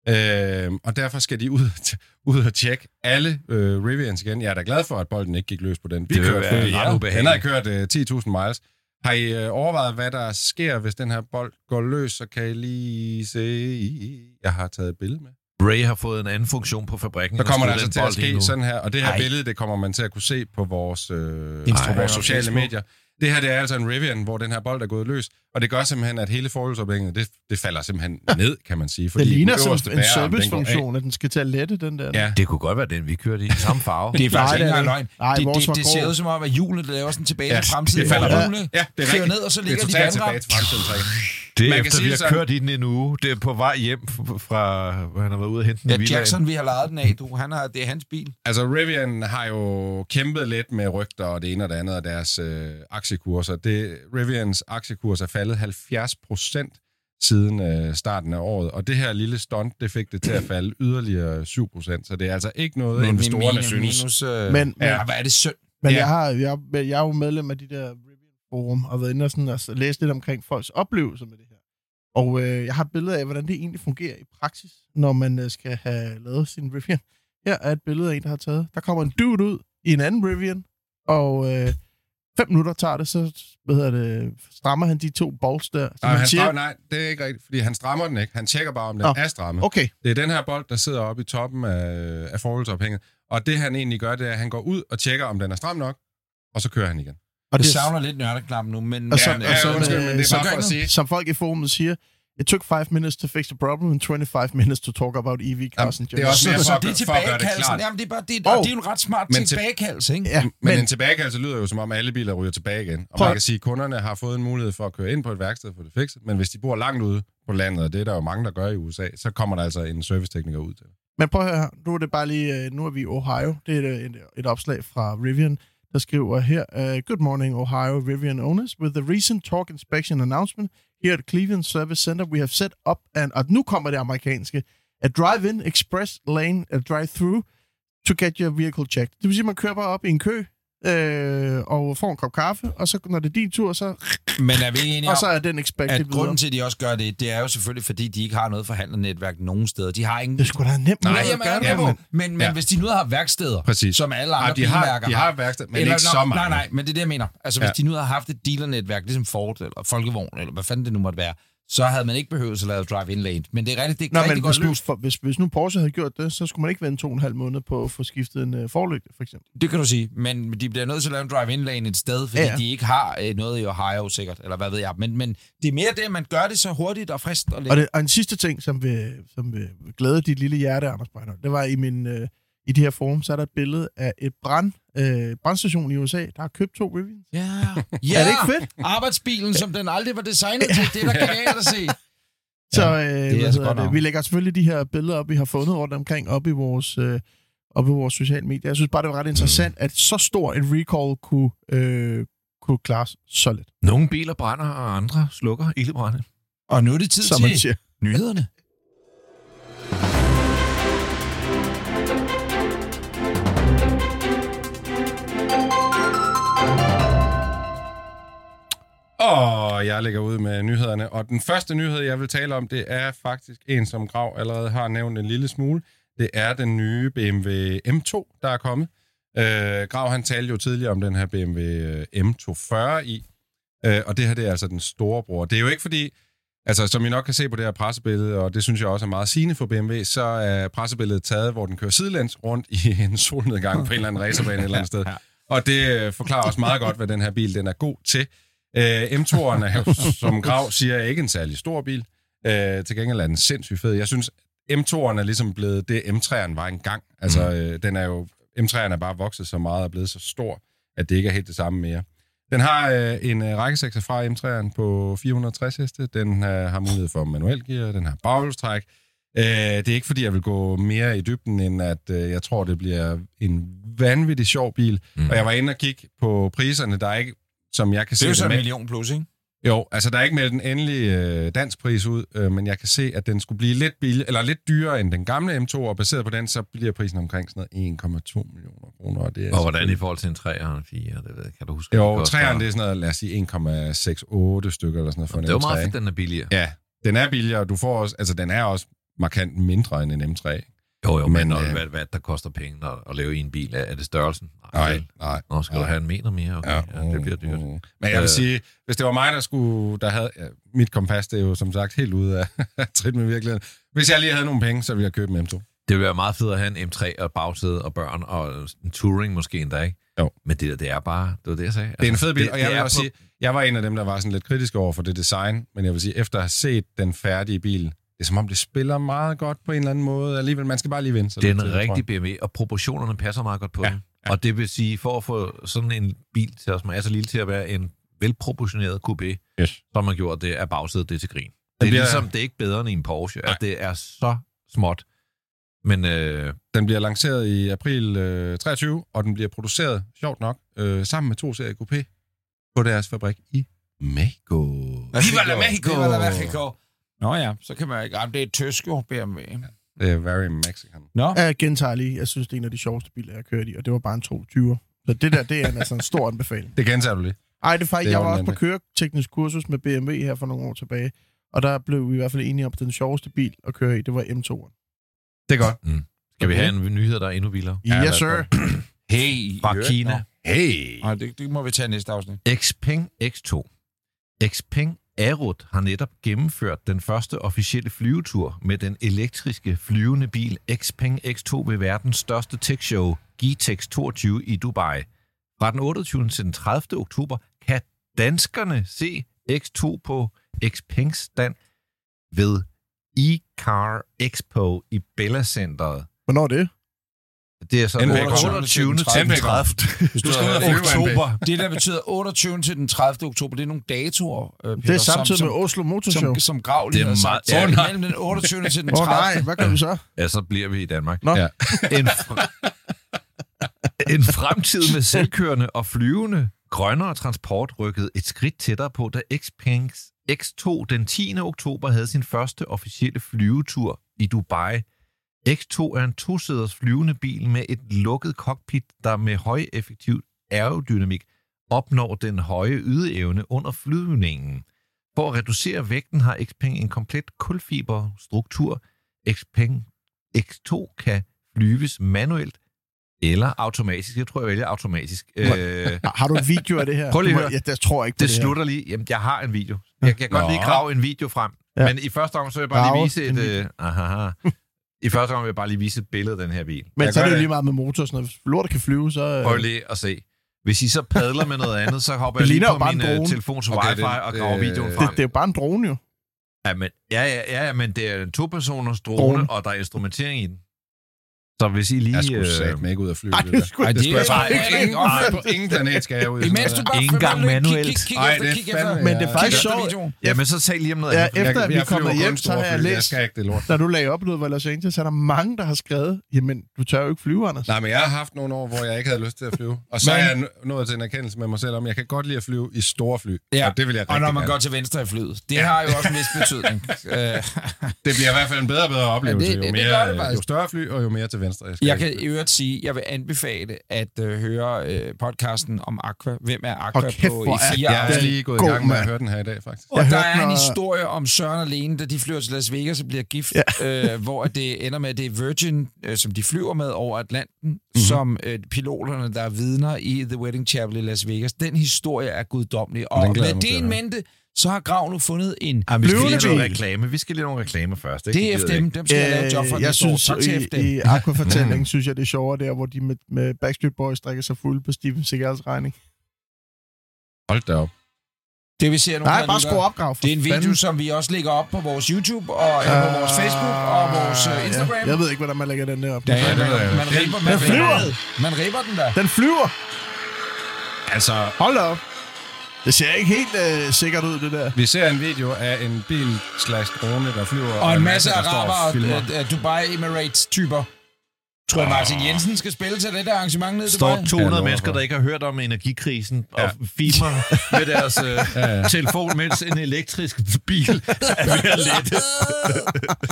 Øh, og derfor skal de ud, ud og tjekke alle øh, Rivians igen. Jeg er da glad for, at bolden ikke gik løs på den. Vi Det vil kørte være fuldt- ret Den har ubehageligt. kørt øh, 10.000 miles. Har I øh, overvejet, hvad der sker, hvis den her bold går løs? Så kan I lige se... Jeg har taget et billede med. Ray har fået en anden funktion på fabrikken. Så kommer og der smider altså den til at bold lige ske nu. sådan her, og det her Ej. billede, det kommer man til at kunne se på vores, øh, Instagram på vores og sociale Facebook. medier. Det her, det er altså en Rivian, hvor den her bold er gået løs, og det gør simpelthen, at hele forhjulsophænget, det, det falder simpelthen ned, kan man sige. Det den ligner som øverste en bærerarm, den går af. servicefunktion, at den skal til at lette den der. Ja. Det kunne godt være den, vi kørte i. Samme farve. Det er faktisk Nej, ikke det er engang det. løgn. Nej, det, vores det, var det grå. ser ud som om, at hjulet laver sådan tilbage Ja, til fremtiden. det falder hvor ud. hjulene Ja, det er kører rigtigt. ned, og så Det er ligger de totalt tilbage vandret. til fremtiden, så ikke? Det Man er kan efter, sige vi det har sådan. kørt i den en uge. Det er på vej hjem f- fra, hvor han har været ude og hente den Ja, i villaen. Jackson, vi har lejet den af, du. Han har, det er hans bil. Altså, Rivian har jo kæmpet lidt med rygter og det ene og det andet af deres øh, aktiekurser. Det, Rivians aktiekurs er faldet 70 procent siden øh, starten af året, og det her lille stunt, det fik det til at falde yderligere 7 procent, så det er altså ikke noget, Men investorerne minus- synes. Minus, øh, Men, men, ja, hvad er det synd? men ja. jeg, har, jeg, men jeg er jo medlem af de der Rivian-forum, og har været inde og, sådan, og s- læst lidt omkring folks oplevelser med det her. Og øh, jeg har et billede af, hvordan det egentlig fungerer i praksis, når man øh, skal have lavet sin Rivian. Her er et billede af en, der har taget. Der kommer en dude ud i en anden Rivian, og øh, fem minutter tager det, så hvad hedder det, strammer han de to bolts der. Så Nej, man han siger, strammer, nej, det er ikke rigtigt, fordi han strammer den ikke. Han tjekker bare, om den Nå. er strammet. okay, Det er den her bold, der sidder oppe i toppen af, af forholdsophænget, og det han egentlig gør, det er, at han går ud og tjekker, om den er stram nok, og så kører han igen. Og det det- savner lidt nørdeklappen nu, men... Og så- men, ja, øh, ja, undskyld, men det så er bare gør for at ikke sige, som folk i forumet siger, it took five minutes to fix the problem and 25 minutes to talk about E EV cars and det er også journeys. mere Så for at det er gøre- for at gøre det tilbagekaldelsen. klart. Jamen, det er bare... Det, Og- og det er jo en ret smart Men til- tilbagekaldelse, ikke? Ja, Men, men men, en tilbagekaldelse lyder jo som om, at alle biler ryger tilbage igen. Og Prøv- man kan sige, at kunderne har fået en mulighed for at køre ind på et værksted for det fikset, men hvis de bor langt ude på landet, og det er der jo mange, der gør i USA, så kommer der altså en servicetekniker ud til. det. men prøv at høre, her. nu er det bare lige, øh, nu er vi i Ohio. Det er et, et opslag fra Rivian, der skriver her, uh, Good morning, Ohio Rivian owners. With the recent torque inspection announcement here at Cleveland Service Center, we have set up, and, og nu kommer det amerikanske, a drive-in express lane, a drive-through, to get your vehicle checked. Det vil sige, at man kører bare op i en kø, øh, og får en kop kaffe, og så når det er din tur, så Men er vi enige om, Og så er den expected at videre. grunden til, at de også gør det, det er jo selvfølgelig, fordi de ikke har noget forhandlernetværk nogen steder. De har ingen... Det skulle da nemt. Nej, måde at jamen, gøre jeg det er på, med men- på. men, men Ja. hvis de nu havde værksteder, Præcis. som alle andre Ej, Ah, de har- bilmærker de har værksteder, men ikke så mange. Nej, nej, men det er det, jeg mener. Altså, hvis Ja. de nu havde haft et dealernetværk, ligesom Ford eller Folkevogn, eller hvad fanden det nu måtte være, så havde man ikke behøvet at lave drive-in lane. Men det er rigtigt, det er Nå, rigtig men godt hvis nu, løst. for, hvis, hvis nu Porsche havde gjort det, så skulle man ikke vente to og en halv måned på at få skiftet en øh, forlygte, for eksempel. Det kan du sige, men de bliver nødt til at lave en drive-in lane et sted, fordi Ja, ja. ja. de ikke har øh, noget i Ohio sikkert, eller hvad ved jeg. Men, men det er mere det, at man gør det så hurtigt og frist og let. Og, det, og en sidste ting, som vil, som vil glæde dit lille hjerte, Anders Breinholt, det var i min... Øh, i det her forum, så er der et billede af et brand, øh, brandstation i USA, der har købt to Rivians. Ja. ja. Er det ikke fedt? Arbejdsbilen, som den aldrig var designet til, det er da genialt at se. Så øh, altså hvad hedder godt nok. det? vi lægger selvfølgelig de her billeder op, vi har fundet rundt omkring, op i vores, øh, op i vores sociale medier. Jeg synes bare, det var ret interessant, Mm. at så stor en recall kunne, øh, kunne klares så let, Nogle biler brænder, og andre slukker ildebrænde. Og nu er det tid som man til siger. nyhederne. og jeg lægger ud med nyhederne. Og den første nyhed, jeg vil tale om, det er faktisk en, som Grav allerede har nævnt en lille smule. Det er den nye BMW M2, der er kommet. Øh, Grav, han talte jo tidligere om den her BMW øh, M240 i, øh, og det her, det er altså den store bror. Det er jo ikke fordi, altså som I nok kan se på det her pressebillede, og det synes jeg også er meget sigende for BMW, så er pressebilledet taget, hvor den kører sidelæns rundt i en solnedgang på en eller anden racerbane et eller andet sted. Og det øh, forklarer også meget godt, hvad den her bil den er god til. Øh, M2'eren er jo, som Grav siger, ikke en særlig stor bil. Øh, til gengæld er den sindssygt fed. Jeg synes, M2'eren er ligesom blevet det, M3'eren var engang. Mm. Altså, øh, den er jo, M3'eren er bare vokset så meget og blevet så stor, at det ikke er helt det samme mere. Den har øh, en øh, rækkesekser fra M3'eren på 460 heste. Den øh, har mulighed for manuel gear. Den har baghjulstræk. Øh, det er ikke, fordi jeg vil gå mere i dybden, end at øh, jeg tror, det bliver en vanvittig sjov bil. Mm. Og jeg var inde og kigge på priserne. Der er ikke, som jeg kan Det er jo se så det en med. million plus, ikke? Jo, altså der er ikke meldt en endelig øh, dansk pris ud, øh, men jeg kan se, at den skulle blive lidt billig, eller lidt dyrere end den gamle M2, og baseret på den, så bliver prisen omkring sådan noget 1,2 millioner kroner. Og, det er Og hvordan i forhold til en 3 og en 4, det ved jeg, kan du huske? Altså, Jo, træerne det er sådan noget, lad os sige 1,68 stykker eller sådan noget for en Det var M3. meget fedt, ikke? den er billigere. Ja, den er billigere, og du får også, altså den er også markant mindre end en M3. Jo, jo, men, Men, men øh, øh, hvad, hvad der koster penge at, at lave i en bil, er, er det størrelsen? Nej, vel. nej. Nå, skal du have en meter mere? Okay. Ja, ja, det bliver dyrt. Mm, mm. Men jeg vil Øh. sige, hvis det var mig, der skulle... Der havde, ja, mit kompas, det er jo som sagt helt ude af trit med virkeligheden. Hvis jeg lige havde nogle penge, så ville jeg købe en M2. Det ville være meget fedt at have en M3 og bagsæde og børn og en touring måske endda, ikke? Jo. Men det der, det er bare, det var det, jeg sagde. Altså, Det er en fed bil, det- og jeg det vil er også på- sige, jeg var en af dem, der var sådan lidt kritisk over for det design, men jeg vil sige, efter at have set den færdige bil, det er som om, det spiller meget godt på en eller anden måde. Alligevel, man skal bare lige vende sig Det er lidt til en tror jeg. rigtig BMW, og proportionerne passer meget godt på Ja, ja, den. Ja. Og det vil sige, for at få sådan en bil til os, som er så lille til at være en velproportioneret coupé, Yes. som man gjorde, det er bagsædet, det er til grin. Det er bliver- ligesom, det er ikke bedre end i en Porsche, at det er så småt. Men øh, Den bliver lanceret i april øh, 23, og den bliver produceret, sjovt nok, øh, sammen med to serie Coupé på deres fabrik i Mexico. Viva la Mexico! Viva la Mexico! Nå ja, så kan man ikke... Jamen, det er tysk jo, BMW. Det er øh, very Mexican. Nå, Jeg gentager lige, jeg synes, det er en af de sjoveste biler, jeg har kørt i, og det var bare en 220. Så det der, det er en, altså en stor anbefaling. Det gentager du lige. Ej, det er faktisk, Det jeg er var også på ordentligt. køreteknisk kursus med BMW her for nogle år tilbage, og der blev vi i hvert fald enige om, at den sjoveste bil at køre i, det var M2'eren. Det er godt. skal vi have en nyhed, der er endnu vildere? Ja, yes, lad os sir. hey! Fra i øvrigt, Kina. Hey! Nå. Nå, det, det må vi tage i næste afsnit. Xpeng X2. Xpeng Arut har netop gennemført den første officielle flyvetur med den elektriske flyvende bil Xpeng X2 ved verdens største tech-show, GTEX 22 i Dubai. Fra den 28. til den 30. oktober kan danskerne se X2 på Xpengs stand ved eCar Expo i Bella Centeret. Hvornår er det? Det er så NPK. 28. til den 30. Hvis du skal ud og flyve, oktober. Det, der betyder 28. til den 30. oktober, det er nogle datoer, øh, Peter, Det er samtidig som, med Oslo Motor som, Show. som, som grav lige Det er har meget- sagt. Ja. Så mellem den 28. til den Åh oh, 30. nej, hvad gør vi så? Ja, så bliver vi i Danmark. Nå. Ja. En, fr- en fremtid med selvkørende og flyvende grønnere transport rykkede et skridt tættere på, da Xpengs X2 den 10. oktober havde sin første officielle flyvetur i Dubai. X2 er en tosæders flyvende bil med et lukket cockpit, der med højeffektiv aerodynamik opnår den høje ydeevne under flyvningen. For at reducere vægten har Xpeng en komplet kulfiberstruktur. Xpeng X2 kan flyves manuelt eller automatisk. Jeg tror, jeg vælger automatisk. Øh, Nå, Har du en video af det her? Prøv lige Du at må- høre. Ja, jeg tror ikke på det det, slutter lige. Jamen, jeg har en video. Jeg kan godt Nå. lige grave en video frem. Ja. Ja. Men i første omgang, så vil jeg bare lige Grave vise en et... Øh, aha, I første omgang vil jeg bare lige vise et billede af den her bil. her. Men Jeg så er gør det jo det. lige meget med motor, og sådan noget. Hvis lortet kan flyve, så... øh, Prøv lige at se. Hvis I så padler med noget andet, så hopper Det jeg lige ligner jo på bare en min øh, drone. telefon til Okay, wifi det- og graver det- videoen Det, frem. det er jo bare en drone, jo. Ja, men, ja, ja, ja, ja, men det er en to-personers drone, Drone. drone, og der er instrumentering i den. Så hvis I lige... Jeg skulle øh, satme ikke ud at flyve. Ej, det det der. skulle Ej, det det skulle er jeg bare bare ikke ingen, ingen på ingen planet skal jeg ud. i sådan Imens noget du der. bare Ikke følger engang med, kig- manuelt. Kig, kig, Ej, efter, det er kig efter. fandme- Men det er Ja, faktisk kig efter sjovt. videoen. Jamen, så tal lige om noget Ja, andet. efter at Jeg- vi jeg flyver kommer kun hjem, så store har jeg fly. Jeg læst, skal ikke det lort. da du lagde oplevet ved Los Angeles, er der mange, der har skrevet, jamen, du tør jo ikke flyve, Anders. Nej, men jeg har haft nogle år, hvor jeg ikke havde lyst til at flyve. Og så Men- er jeg nå- nået til en erkendelse med mig selv om, at jeg kan godt lide at flyve i store fly. Ja. Og det vil jeg Og rigtig når man gerne. går til venstre i flyet. Det har jo også en vis betydning. Øh, Det bliver i hvert fald en bedre og bedre oplevelse. det- jo, det mere, gør det øh, faktisk. jo større fly, og jo mere til venstre. skal Jeg kan ikke- i øvrigt sige, jeg vil anbefale at øh, høre øh, podcasten om Aqua. Hvem er Aqua Hold kæft, på hvor er i fire Jeg er afsnit. lige gået God, i gang med at mand. høre den her i dag, faktisk. Og Jeg der hørte er en noget- historie om Søren og Lene, da de flyver til Las Vegas og bliver gift, ja. øh, hvor det ender med, at det er Virgin, øh, som de flyver med over Atlanten, mm-hmm. som øh, piloterne, der er vidner i The Wedding Chapel i Las Vegas. Den historie er guddommelig. Og Den glæder med jeg mig til det at in høre. mente, så har Grav nu fundet en Jamen, vi skal lige Flyvende have bil. noget reklame. Vi skal lige have nogle reklamer først. Ikke? det er gider FDM, ikke. dem skal jeg lave et job for. Øh, næste år. jeg synes, tak til FDM. i, i Aqua-fortællingen, synes jeg, det er sjovere der, hvor de med, med Backstreet Boys drikker sig fulde på Steven Seagals regning. Hold da op. Det vi ser nu, Nej, bare skru op, Grav. for Det er en video, fanden. som vi også lægger op på vores YouTube, og øh, på vores Facebook og vores øh, Ja, Instagram. Jeg ved ikke, hvordan man lægger den der op. Ja, ja, det man, ved jeg. man, ripper, man, Den flyver! ripper, man ripper den der. Den flyver! Altså, Hold da op. Det ser ikke helt øh, sikkert ud, det der. vi ser en video af en bil slash drone, der flyver. Og en masse der står araber og filmer. øh, øh, Dubai Emirates-typer. Tror jeg, Martin Jensen skal spille til det der arrangement nede i står Dubai? 200 for. mennesker, der ikke har hørt om energikrisen, ja. Ja. og filmer med deres øh, telefon, mens en elektrisk bil er ved at lette.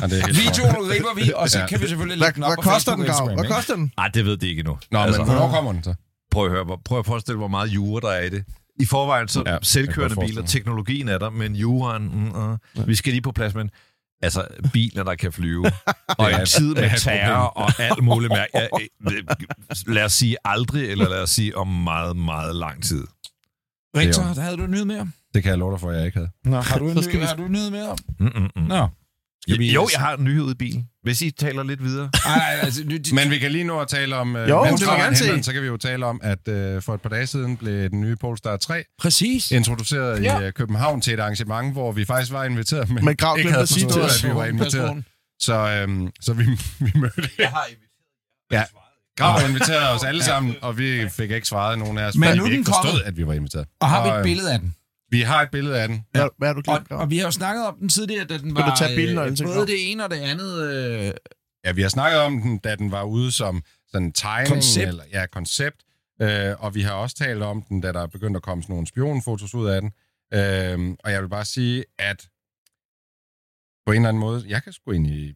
Ja, det er helt Videoen ripper vi, og så Ja. kan vi selvfølgelig Hvad, lægge den op hvad på koster Facebook den, og Grav? Instagram. Hvad ikke? koster den? Nej, det ved de ikke endnu. Altså, Nå, Altså. men hvornår kommer den så? prøv, at høre, hvor- prøv at forestille, hvor meget jure der er i det. I forvejen så ja, Ja, jeg selvkørende kan godt biler, forestille teknologien er der, men juraen, mm, uh, ja. vi skal lige på plads, men altså biler, der kan flyve, og er en et- tid det er med et problem. terror og alt muligt mærke. Ja, øh, lad os sige aldrig, eller lad os sige om meget, meget lang tid. Rektor, der havde du en nyhed mere? Det kan jeg love dig for, at jeg ikke havde. Nå, har du en Så skal nyhed, vi- har du en nyhed mere? Mm, mm, mm. Nå. Skal vi... Jo, jeg har en nyhed i bilen. Hvis I taler lidt videre. Ej, nej, altså, nu, de, Men vi kan lige nå at tale om... øh, Jo, det vil mens jeg Dragen gerne se. henter den, Så kan vi jo tale om, at øh, for et par dage siden blev den nye Polestar 3 præcis. introduceret ja. Ja. i øh, København til et arrangement, hvor vi faktisk var inviteret, men, Men Grav ikke glemte havde at sige forstået, noget. at vi var inviteret. Så, øhm, så vi, vi mødte... Jeg har inviteret. Ja. Grav inviterede os alle sammen, og vi fik ikke svaret nogen af os, Men fordi nu er vi den ikke forstod, kommet. at vi var inviteret. Og har vi Og, et øh, billede af den? Vi har et billede af den. Hvad, hvad har du Og, glemt, Grav? og vi har jo snakket om den tidligere, da den Kan du var tage billednøglen øh, til både Grav? det ene og det andet. Øh, Ja, vi har snakket om den, da den var ude som sådan en tegning. Koncept. Eller, ja, koncept. Øh, og vi har også talt om den, da der er begyndt at komme sådan nogle spionfotos ud af den. Øh, og jeg vil bare sige, at på en eller anden måde, jeg kan sgu ind i...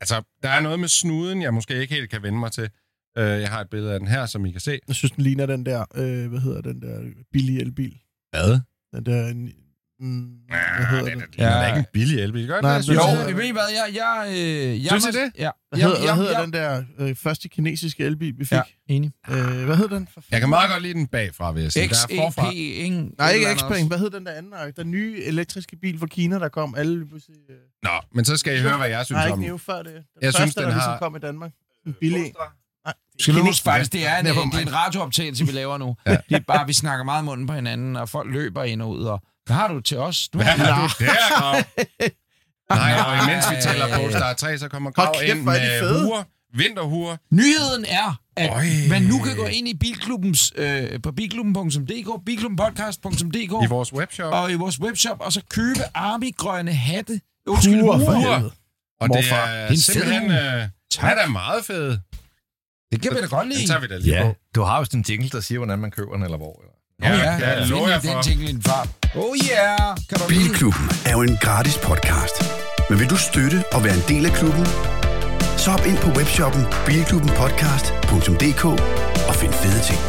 Altså, der er noget med snuden, jeg måske ikke helt kan vende mig til. Øh, jeg har et billede af den her, som I kan se. Jeg synes, den ligner den der, øh, hvad hedder den der billige elbil. Hvad? Den der, mm, hvad Ja, hedder det, den? det, det Ah, er da ikke en billig elbil. Gør det, Nej, jeg men synes, jo, det- jeg ved I hvad, jeg... jeg, øh, jeg Synes I må- det? Ja. Hvad Jeg- hedder, jeg- hvad hedder jeg- den der øh, første kinesiske elbil, vi fik? Ja, Ja. enig. Øh, hvad hed den? For Jeg fanden? kan meget godt lide den bagfra, vil jeg sige. Der er XEP, forfra. ingen... Nej, ikke et eller andet Xpeng. Hvad hed den der anden? øh, Den nye elektriske bil fra Kina, der kom alle... Øh, nej, Nå, men så skal I høre, hvad jeg synes ikke om Neo den. før det. Den Jeg første, synes, den der ligesom har- kom i Danmark. En billig. en. Nej, også. Skal du kinesisk. huske faktisk, det er en, Never det er mind. en radiooptagelse, vi laver nu. ja. Det er bare, vi snakker meget i munden på hinanden, og folk løber ind og ud, og hvad har du til os? Du Hvad har... er du der, Grav? Nej, og imens vi taler Nej. Polestar 3, så kommer Grav Hold kæft, ind hvor er de fede. med huer, vinterhuer. Nyheden er, at Øj. man nu kan gå ind i bilklubbens, øh, på bilklubben.dk, bilklubbenpodcast.dk, I vores webshop. og i vores webshop, og så købe Army-grønne hatte. Undskyld, huer. for huer. helvede. Og det Morfar. er Det er en fed simpelthen... uge. Øh, han er meget fed. Det kan vi da godt Den lide. tager vi da lige på. du har jo sådan en jingle, der siger, hvordan man køber den, eller hvor. Eller? Åh ja, ja, ja, ja, det ja, lover ja, jeg for. den jingle i en fart. Oh yeah, kan du lide? Bilklubben er jo en gratis podcast. Men vil du støtte og være en del af klubben? Så hop ind på webshoppen bilklubbenpodcast.dk og find fede ting.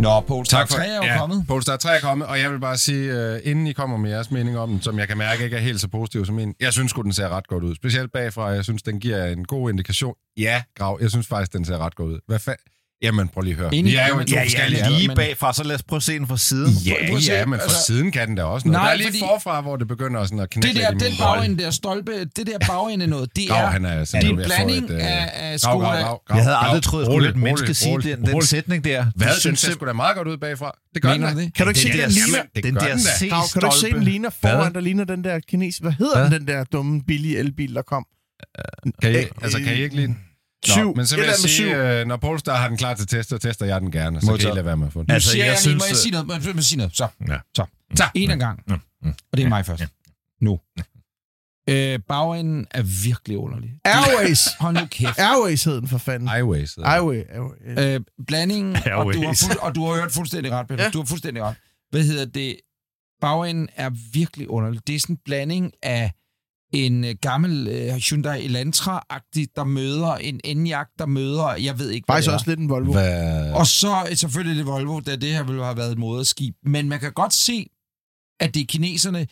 Nå, Poul, tak for, 3 er jo ja, kommet. Polestar 3 er kommet, og jeg vil bare sige, uh, inden I kommer med jeres mening om den, som jeg kan mærke ikke er helt så positiv som min, jeg synes sgu, den ser ret godt ud. Specielt bagfra, jeg synes, den giver en god indikation. Ja, Grav, jeg synes faktisk, den ser ret godt ud. Hvad fanden? Jamen, prøv lige at høre. Enig. Vi er jo i to Ja, ja, ja, forskellige lige aldre, Lige men- bagfra, så lad os prøve at se den fra siden. Ja, prøv at se, ja, men fra altså- siden kan den da også noget. Nej, Nej, der er lige fordi- fordi... forfra, hvor det begynder sådan at knække Det der, lidt i den min bolle. bagende der stolpe, det der bagende noget, det Grav, er, han er det er sådan en ved at få blanding et, øh, af, af Grav, skoer. Grav, Grav, Grav, Jeg havde aldrig Grav. troligt, at skulle Rolig, et menneske rolig, sige rolig, den, den rolig. sætning der. Hvad Det synes jeg jeg- skulle da meget godt ud bagfra? Det gør Mener den du da. det? Kan du ikke se, den den der- ligner... Det Den gør der den da. C-stolpe. Grav, kan du ikke se, den ligner foran, Hvad? der ligner den der kines... Hvad hedder Hvad? den, den der dumme billige elbil, der kom? Kan I, Øh, altså, kan I ikke lide den? Syv. Nå, men så Et vil jeg eller andet sige, syv. øh, når Polestar har den klar til test, så tester jeg den gerne, så kan I Modtaget. lade være med at få den. Nu Altså, siger jeg jeg, lige, synes, må jeg at- sige noget? Må jeg- må jeg sige noget? Så, Ja. så, så. En ad gang. Og det er mig først. Nu. Øh, bagenden er virkelig underlig. Airways! Hold nu kæft. Airways hed den for fanden. Highways. Airway, Airway. Øh, blandingen, og du, har Airways. fuld, og du har hørt fuldstændig ret, Peter. Ja. Ja. Du har fuldstændig ret. Hvad hedder det? Bagenden er virkelig underlig. Det er sådan en blanding af en øh, gammel øh, Hyundai Elantra-agtig, der møder en Enyaq, der møder, jeg ved ikke, hvad Faktisk det er. også lidt en Volvo. Hvad, Og så øh, selvfølgelig det Volvo, da det her ville have været et moderskib. Men man kan godt se, at det er kineserne.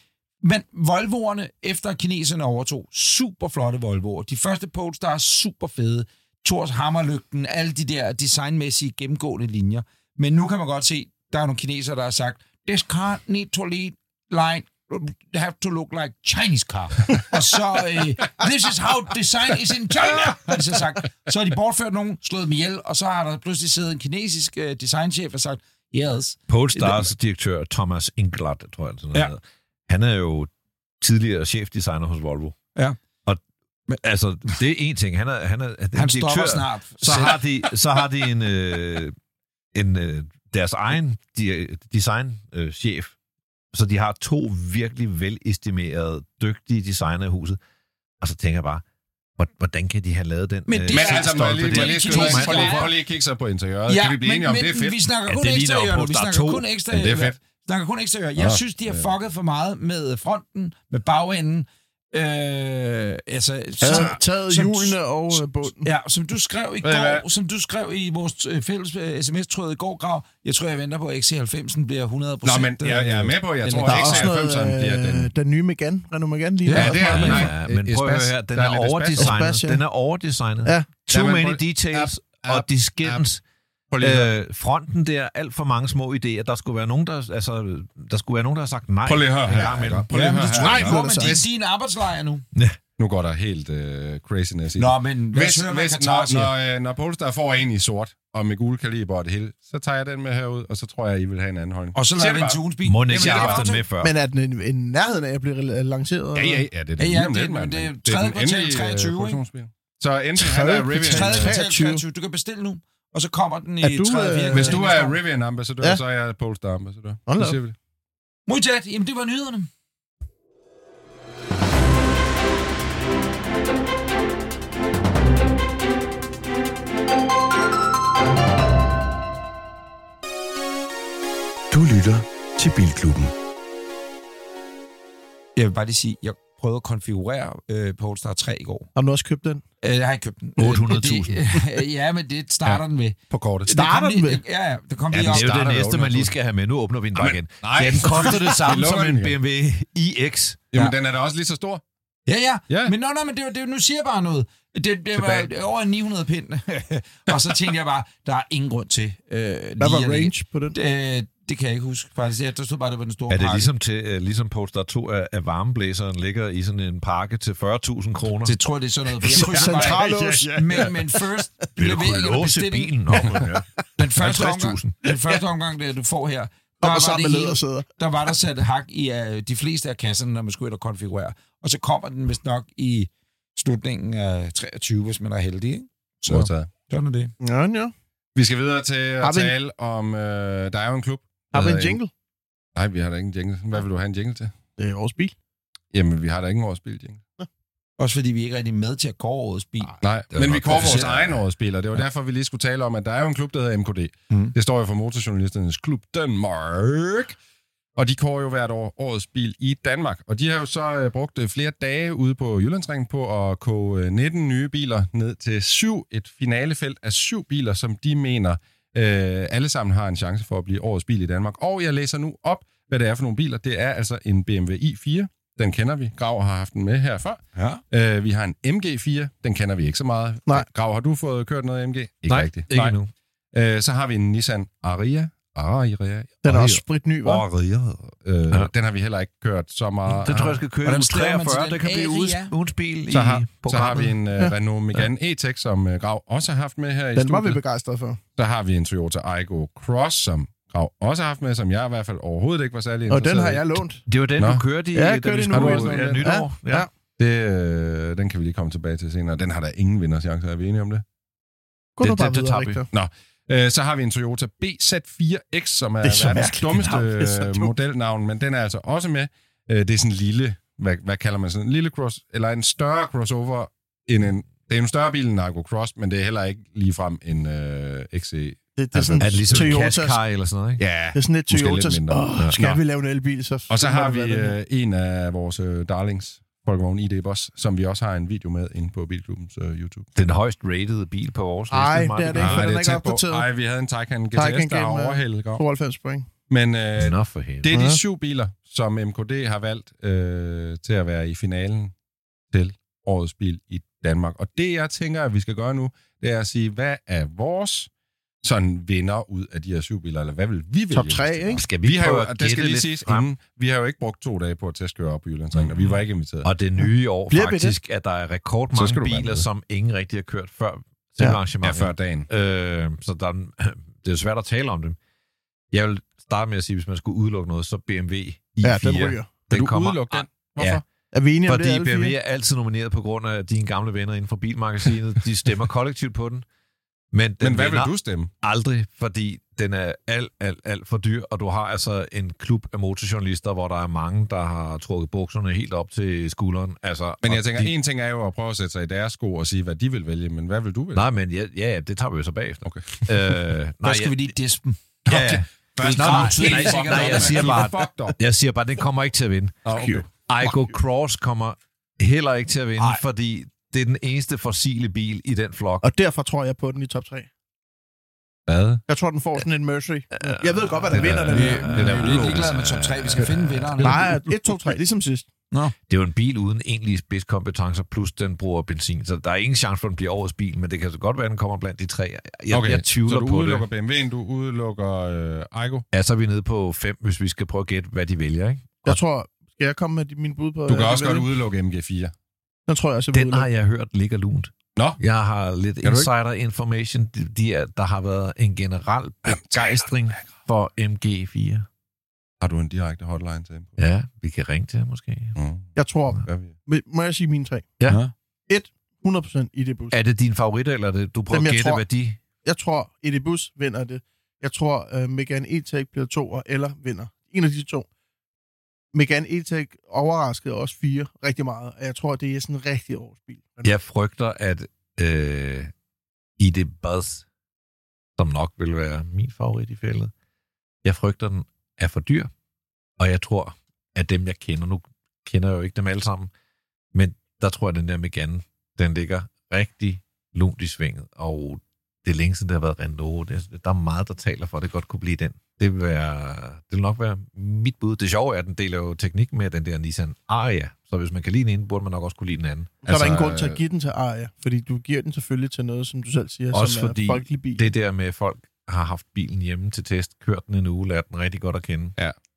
Men Volvoerne, efter kineserne overtog, super flotte Volvoer. De første Polestar er super fede. Thors hammerlygten, alle de der designmæssige gennemgående linjer. Men nu kan man godt se, der er nogle kinesere, der har sagt, this car need to lead like have to look like Chinese car. og så, øh, this is how design is in China, har de så sagt. Så har de bortført nogen, slået dem ihjel, og så har der pludselig siddet en kinesisk øh, designchef og sagt, yes. Polestars direktør Thomas Englert, tror jeg, sådan noget Ja. ja. hedder. Han er jo tidligere chefdesigner hos Volvo. Ja. Og altså, det er en ting. Han er, han er den Han stopper snart. Så har de, så har de en, øh, en øh, deres egen de, designchef. Øh, chef. så de har to virkelig velestimerede, dygtige designer i huset. Og så tænker jeg bare, hvor- hvordan kan de have lavet den? øh, Men det men er- altså, må jeg lige, må jeg lige, Det skyde er ind? kinesisk prøv lige, forlag. prøv lige at kigge sig på interiøret. Ja, kan vi blive enige om, det er fedt? Vi snakker Ja, kun det ja, ligner jo eksteriører, nu. vi Polestar snakker 2. kun ekstra Ja, det er fedt. Vi snakker kun eksteriører. Jeg Nå, synes, de har ja. fucket for meget med fronten, med bagenden. Øh, altså, Ja, som, taget som- hjulene og øh, bunden. ja, som du skrev i Ved I går, hvad? som du skrev i vores øh, fælles øh, sms-tråd i går, Grav. Jeg tror, jeg venter på, at XC90'en bliver øh, 100 Nå, men jeg, jeg er med på, jeg Den tror, Der at er også noget, XC90'eren bliver den. øh, den nye Megane, Renault Megane lige Ja, der. Ja, det er Ja, den. nej, Nej, men et prøv at spas. høre, den Der er, er lidt et overdesignet. spas, ja. Den er overdesignet. Ja. Too Jamen, many prøv- details, Ab- og de skændes. Prøv lige at Øh, fronten der, alt for mange små idéer. Der skulle være nogen, der, altså, der skulle være nogen, der har sagt nej. Prøv lige at høre en her, gang imellem. ikke? Prøv lige at Ja, men høre det tror her. jeg Nej, ikke, det hvor er men da de er sandt. din arbejdslejr nu. Nu går der helt øh, craziness i Nå, det. men lad os Hvis, høre, hvad hvis, Katar når, siger. når, øh, når Polestar får en i sort, og med gule kaliber og det hele, så tager jeg den med herud, og så tror jeg, I vil have en anden holdning. Og så Siger lader vi en det bare. tunespeak. Må ikke, jeg det har er haft den bare- med før. Men er den en, en nærheden af at blive rel- lanceret? Ja, ja, ja, det er Ja, det. ja, det er- mand. det er den tredje kvartal endelige, øh, 23, ikke? produktionsbil. Så enten han er Tredje Rivian... kvartal. kvartal 23. 23. Du kan bestille nu, og så kommer den i Er du, 30 øh, fjerde Hvis du kvartal næste er år. Rivian ambassadør, Ja. så er jeg Polestar ambassadør. Hold da Så siger vi det. Modtaget. Jamen, det var nyhederne. Du lytter til Bilklubben. Jeg vil bare lige sige, jeg prøvede at konfigurere øh, Polestar 3 i går. Har du også købt den? Øh, jeg har ikke købt den. 800.000. Øh, det- ja, men det starter ja. den med. På kortet. Det Starter kom den lige- med? Ja, ja, det kom Ja, lige det op. er jo starter det med næste, man lige 800.000. skal have med. Nu åbner vi den bare Jamen, igen. nej. Ja, den koster det samme Vi som lukker en den igen. BMW iX. Jamen, Ja. den er da også lige så stor. Ja, ja. Ja. Men, nå, nå, men det, var, det, var- nu siger jeg bare noget. Det, det var Tilbage. over 900 pind. og så tænkte jeg bare, der er ingen grund til. Øh, Hvad var range på den? Det, Øh, det kan jeg ikke huske, faktisk. Ja, Der stod bare, det var den store Er det pakke. ligesom, til, øh, ligesom Polestar 2, at at varmeblæseren ligger i sådan en pakke til 40.000 kroner? Det tror jeg, det er sådan noget. for Jeg krydser bare- Centrallås. Men, men first Vil du kunne levering eller låse bestilling, bilen op? Ja. Den første, omgang, 50.000. den første omgang, det du får her, der Op var, og sammen det med hele- lædersæder. der var der sat hak i uh, de fleste af kasserne, når man skulle ind og konfigurere. Og så kommer den vist nok i slutningen af 23, hvis man er heldig. Ikke? Så Modtaget. sådan er det. Ja, ja. Vi skal videre til at Har vi en- tale om... Øh, der er jo en klub. Har vi der en hedder- jingle? Nej, vi har da ingen jingle. Hvad vil du have en jingle til? Det er vores bil. Jamen, vi har da ingen årsbil jingle. Også fordi vi ikke er rigtig med til at kåre årets bil. Nej, var men vi nok kører vores officielt. egen årsbil, og det var derfor, vi lige skulle tale om, at der er jo en klub, der hedder MKD. Mm. Det står jo for Motorjournalisternes Klub Danmark. Og de kører jo hvert år årets bil i Danmark. Og de har jo så øh, brugt øh, flere dage ude på Jyllandsringen på at koge øh, 19 nye biler ned til syv. Et finalefelt af syv biler, som de mener øh, alle sammen har en chance for at blive årets bil i Danmark. Og jeg læser nu op, hvad det er for nogle biler. Det er altså en BMW i4. Den kender vi. Grav har haft den med her før. Ja. Øh, vi har en MG4. Den kender vi ikke så meget. Nej. Grav, har du fået kørt noget MG? Ikke Nej, rigtigt. ikke endnu. Øh, så har vi en Nissan Aria. Aria. Den er også spritny, hva'? Aria. Øh, Ja. ja. Den har vi heller ikke kørt så meget. Det tror jeg, jeg skal købe Hvordan uge skriver man til 43. den? Det kan blive Aria? ugens- ugens bil i så har, så har programmet. vi en uh, Ja. Renault Megane E-Tech, som uh, Grav også har haft med her i Den var vi studiet. begejstrede for. Så har vi en Toyota Aygo Cross, som Grav også har haft med, som jeg i hvert fald overhovedet ikke var særlig Og den interesseret har i. jeg lånt. Det var den, Nå. du kørte i, Ja, jeg da kørte vi i skulle Norge, på, sådan ja, der. nytår. Ja. Ja. Det, øh, den kan vi lige komme tilbage til senere. Den har der ingen vinderchance, er vi enige om det? Gå Det- nu det- bare det videre, tager vi. Victor. Øh, Så har vi en Toyota BZ4X, som er, Det er så er verdens mærkeligt dummeste navn. Det er så øh, dumt. modelnavn, men den er altså også med. Øh, Det er sådan en lille, hvad, hvad kalder man sådan en lille cross, eller en større crossover end en, det er en større bil end Argo Cross, men det er heller ikke ligefrem en øh, XC. Det, det er sådan Er det ligesom en Toyotas. Qashqai eller sådan noget, ikke? Ja, Det er sådan lidt Måske lidt Toyotas. mindre. Åh, Ja. skal Nå. vi lave en elbil, så... og så må har det vi være den her. øh, en af vores øh, darlings, Volkswagen ID-Boss, som vi også har en video med inde på Bilklubbens uh, YouTube. Den højst rated bil på vores liste. Ej, det er Martin. det ikke, for Nej, den er ikke tæt på. opdateret. Ej, vi havde en Taycan GTS, Taycan øh. Taycan der gav har mig- overhældet i går. 92 point. Men øh, Nå for helvede. det er Ja. de syv biler, som MKD har valgt øh, til at være i finalen til årets bil i Danmark. Og det, jeg tænker, at vi skal gøre nu, det er at sige, hvad er vores sådan vinder ud af de her syv biler, eller hvad vil vi vælge? Top hvis 3, det var? ikke? Skal vi, Vi har prøve jo, at og det gætte skal lige lidt siges frem? inden, vi har jo ikke brugt to dage på at testkøre op i Jyllandsringen, og vi var ikke inviteret. Og det nye år Bliver vi det? faktisk, at der er Så rekordmange skal du være biler, med. som ingen rigtig har kørt før til Ja. Ja, arrangementet. før dagen. Øh, så der, er- det er jo svært at tale om dem. Jeg vil starte med at sige, hvis man skulle udelukke noget, så BMW i4. Ja, den ryger. Vil du udelukke den? Hvorfor? Er vi enige om det, Fordi alle BMW fire? er altid nomineret på grund af dine gamle venner inden for bilmagasinet. De stemmer kollektivt på den. Men den Men hvad vil vinder du stemme? aldrig, fordi den er alt, alt, alt for dyr, og du har altså en klub af motorjournalister, hvor der er mange, der har trukket bukserne helt op til skulderen. Altså, Men og jeg tænker, de, en ting er jo at prøve at sætte sig i deres sko og sige, hvad de vil vælge, men hvad vil du vælge? Nej, men ja, ja, det tager vi jo så bagefter. Okay. Øh, nej, Der skal vi lige dispe dem. ja, ja. Først Nej, kom nej, tydeligt nej, fucked nej, up, jeg men siger de bare- var fucked up. Jeg siger bare, den kommer ikke til at vinde. Ah, okay. Igo Cross kommer heller ikke til at vinde, Ej. fordi det er den eneste fossile bil i den flok. Og derfor tror jeg på den i top 3. Hvad? Jeg tror, den får sådan en Mercury. Jeg ved godt, hvad der den vinder er- den. Vi, vi er lidt ligeglade med top 3. Vi skal finde vinderen. Nej, 1, 2, 3, ligesom sidst. Det er jo en bil uden egentlige spidskompetencer, plus den bruger benzin, så der er ingen chance for, at den bliver årets bil, men det kan så godt være, at den kommer blandt de tre. Jeg, okay, jeg så tvivler du på udelukker det. BMW'en, du udelukker øh, Igo. Ja, så er vi nede på fem, hvis vi skal prøve at gætte, hvad de vælger. Ikke? Jeg tror, skal jeg komme med de- mine bud på... Du kan også hvad jeg godt vil? udelukke MG4. Den tror jeg også, jeg vil Den har udelukke. jeg hørt ligger lunt. Nå. Jeg har lidt Kan du ikke? insider information. De, de er, der har været en generel begejstring for MG4. Har du en direkte hotline til MG? Ja, vi kan ringe til ham måske. Mm. Jeg tror... Gør vi. Vil- Må jeg sige mine tre? Ja. 100% Idibus. Er det din favorit, eller er det, du prøver Dem, at jeg gætte, tror- hvad de... Jeg tror, Idibus vinder det. Jeg tror, uh, Megane E-Tech bliver toer eller vinder. En af de to. Megane E-Tech overraskede også fire rigtig meget, og jeg tror, det er sådan en rigtig årsbil. Jeg frygter, at øh, i det buzz, som nok vil være min favorit i fældet, jeg frygter, den er for dyr, og jeg tror, at dem, jeg kender, nu kender jeg jo ikke dem alle sammen, men der tror jeg, at den der Megane, den ligger rigtig lunt i svinget, og det er længe siden, det har været Renault. Det, der er meget, der taler for, at det godt kunne blive den. Det vil, være, det vil nok være mit bud. Det sjove er, at den deler jo teknik med den der Nissan Aria, så hvis man kan lide den ene, burde man nok også kunne lide den anden. Så altså, er der Altså, ingen grund til at øh, give den til Aria, fordi du giver den selvfølgelig til noget, som du selv siger, Også som fordi er folkelig bil. Det, det der med, at folk har haft bilen hjemme til test, kørt den en uge, lært den rigtig godt at kende.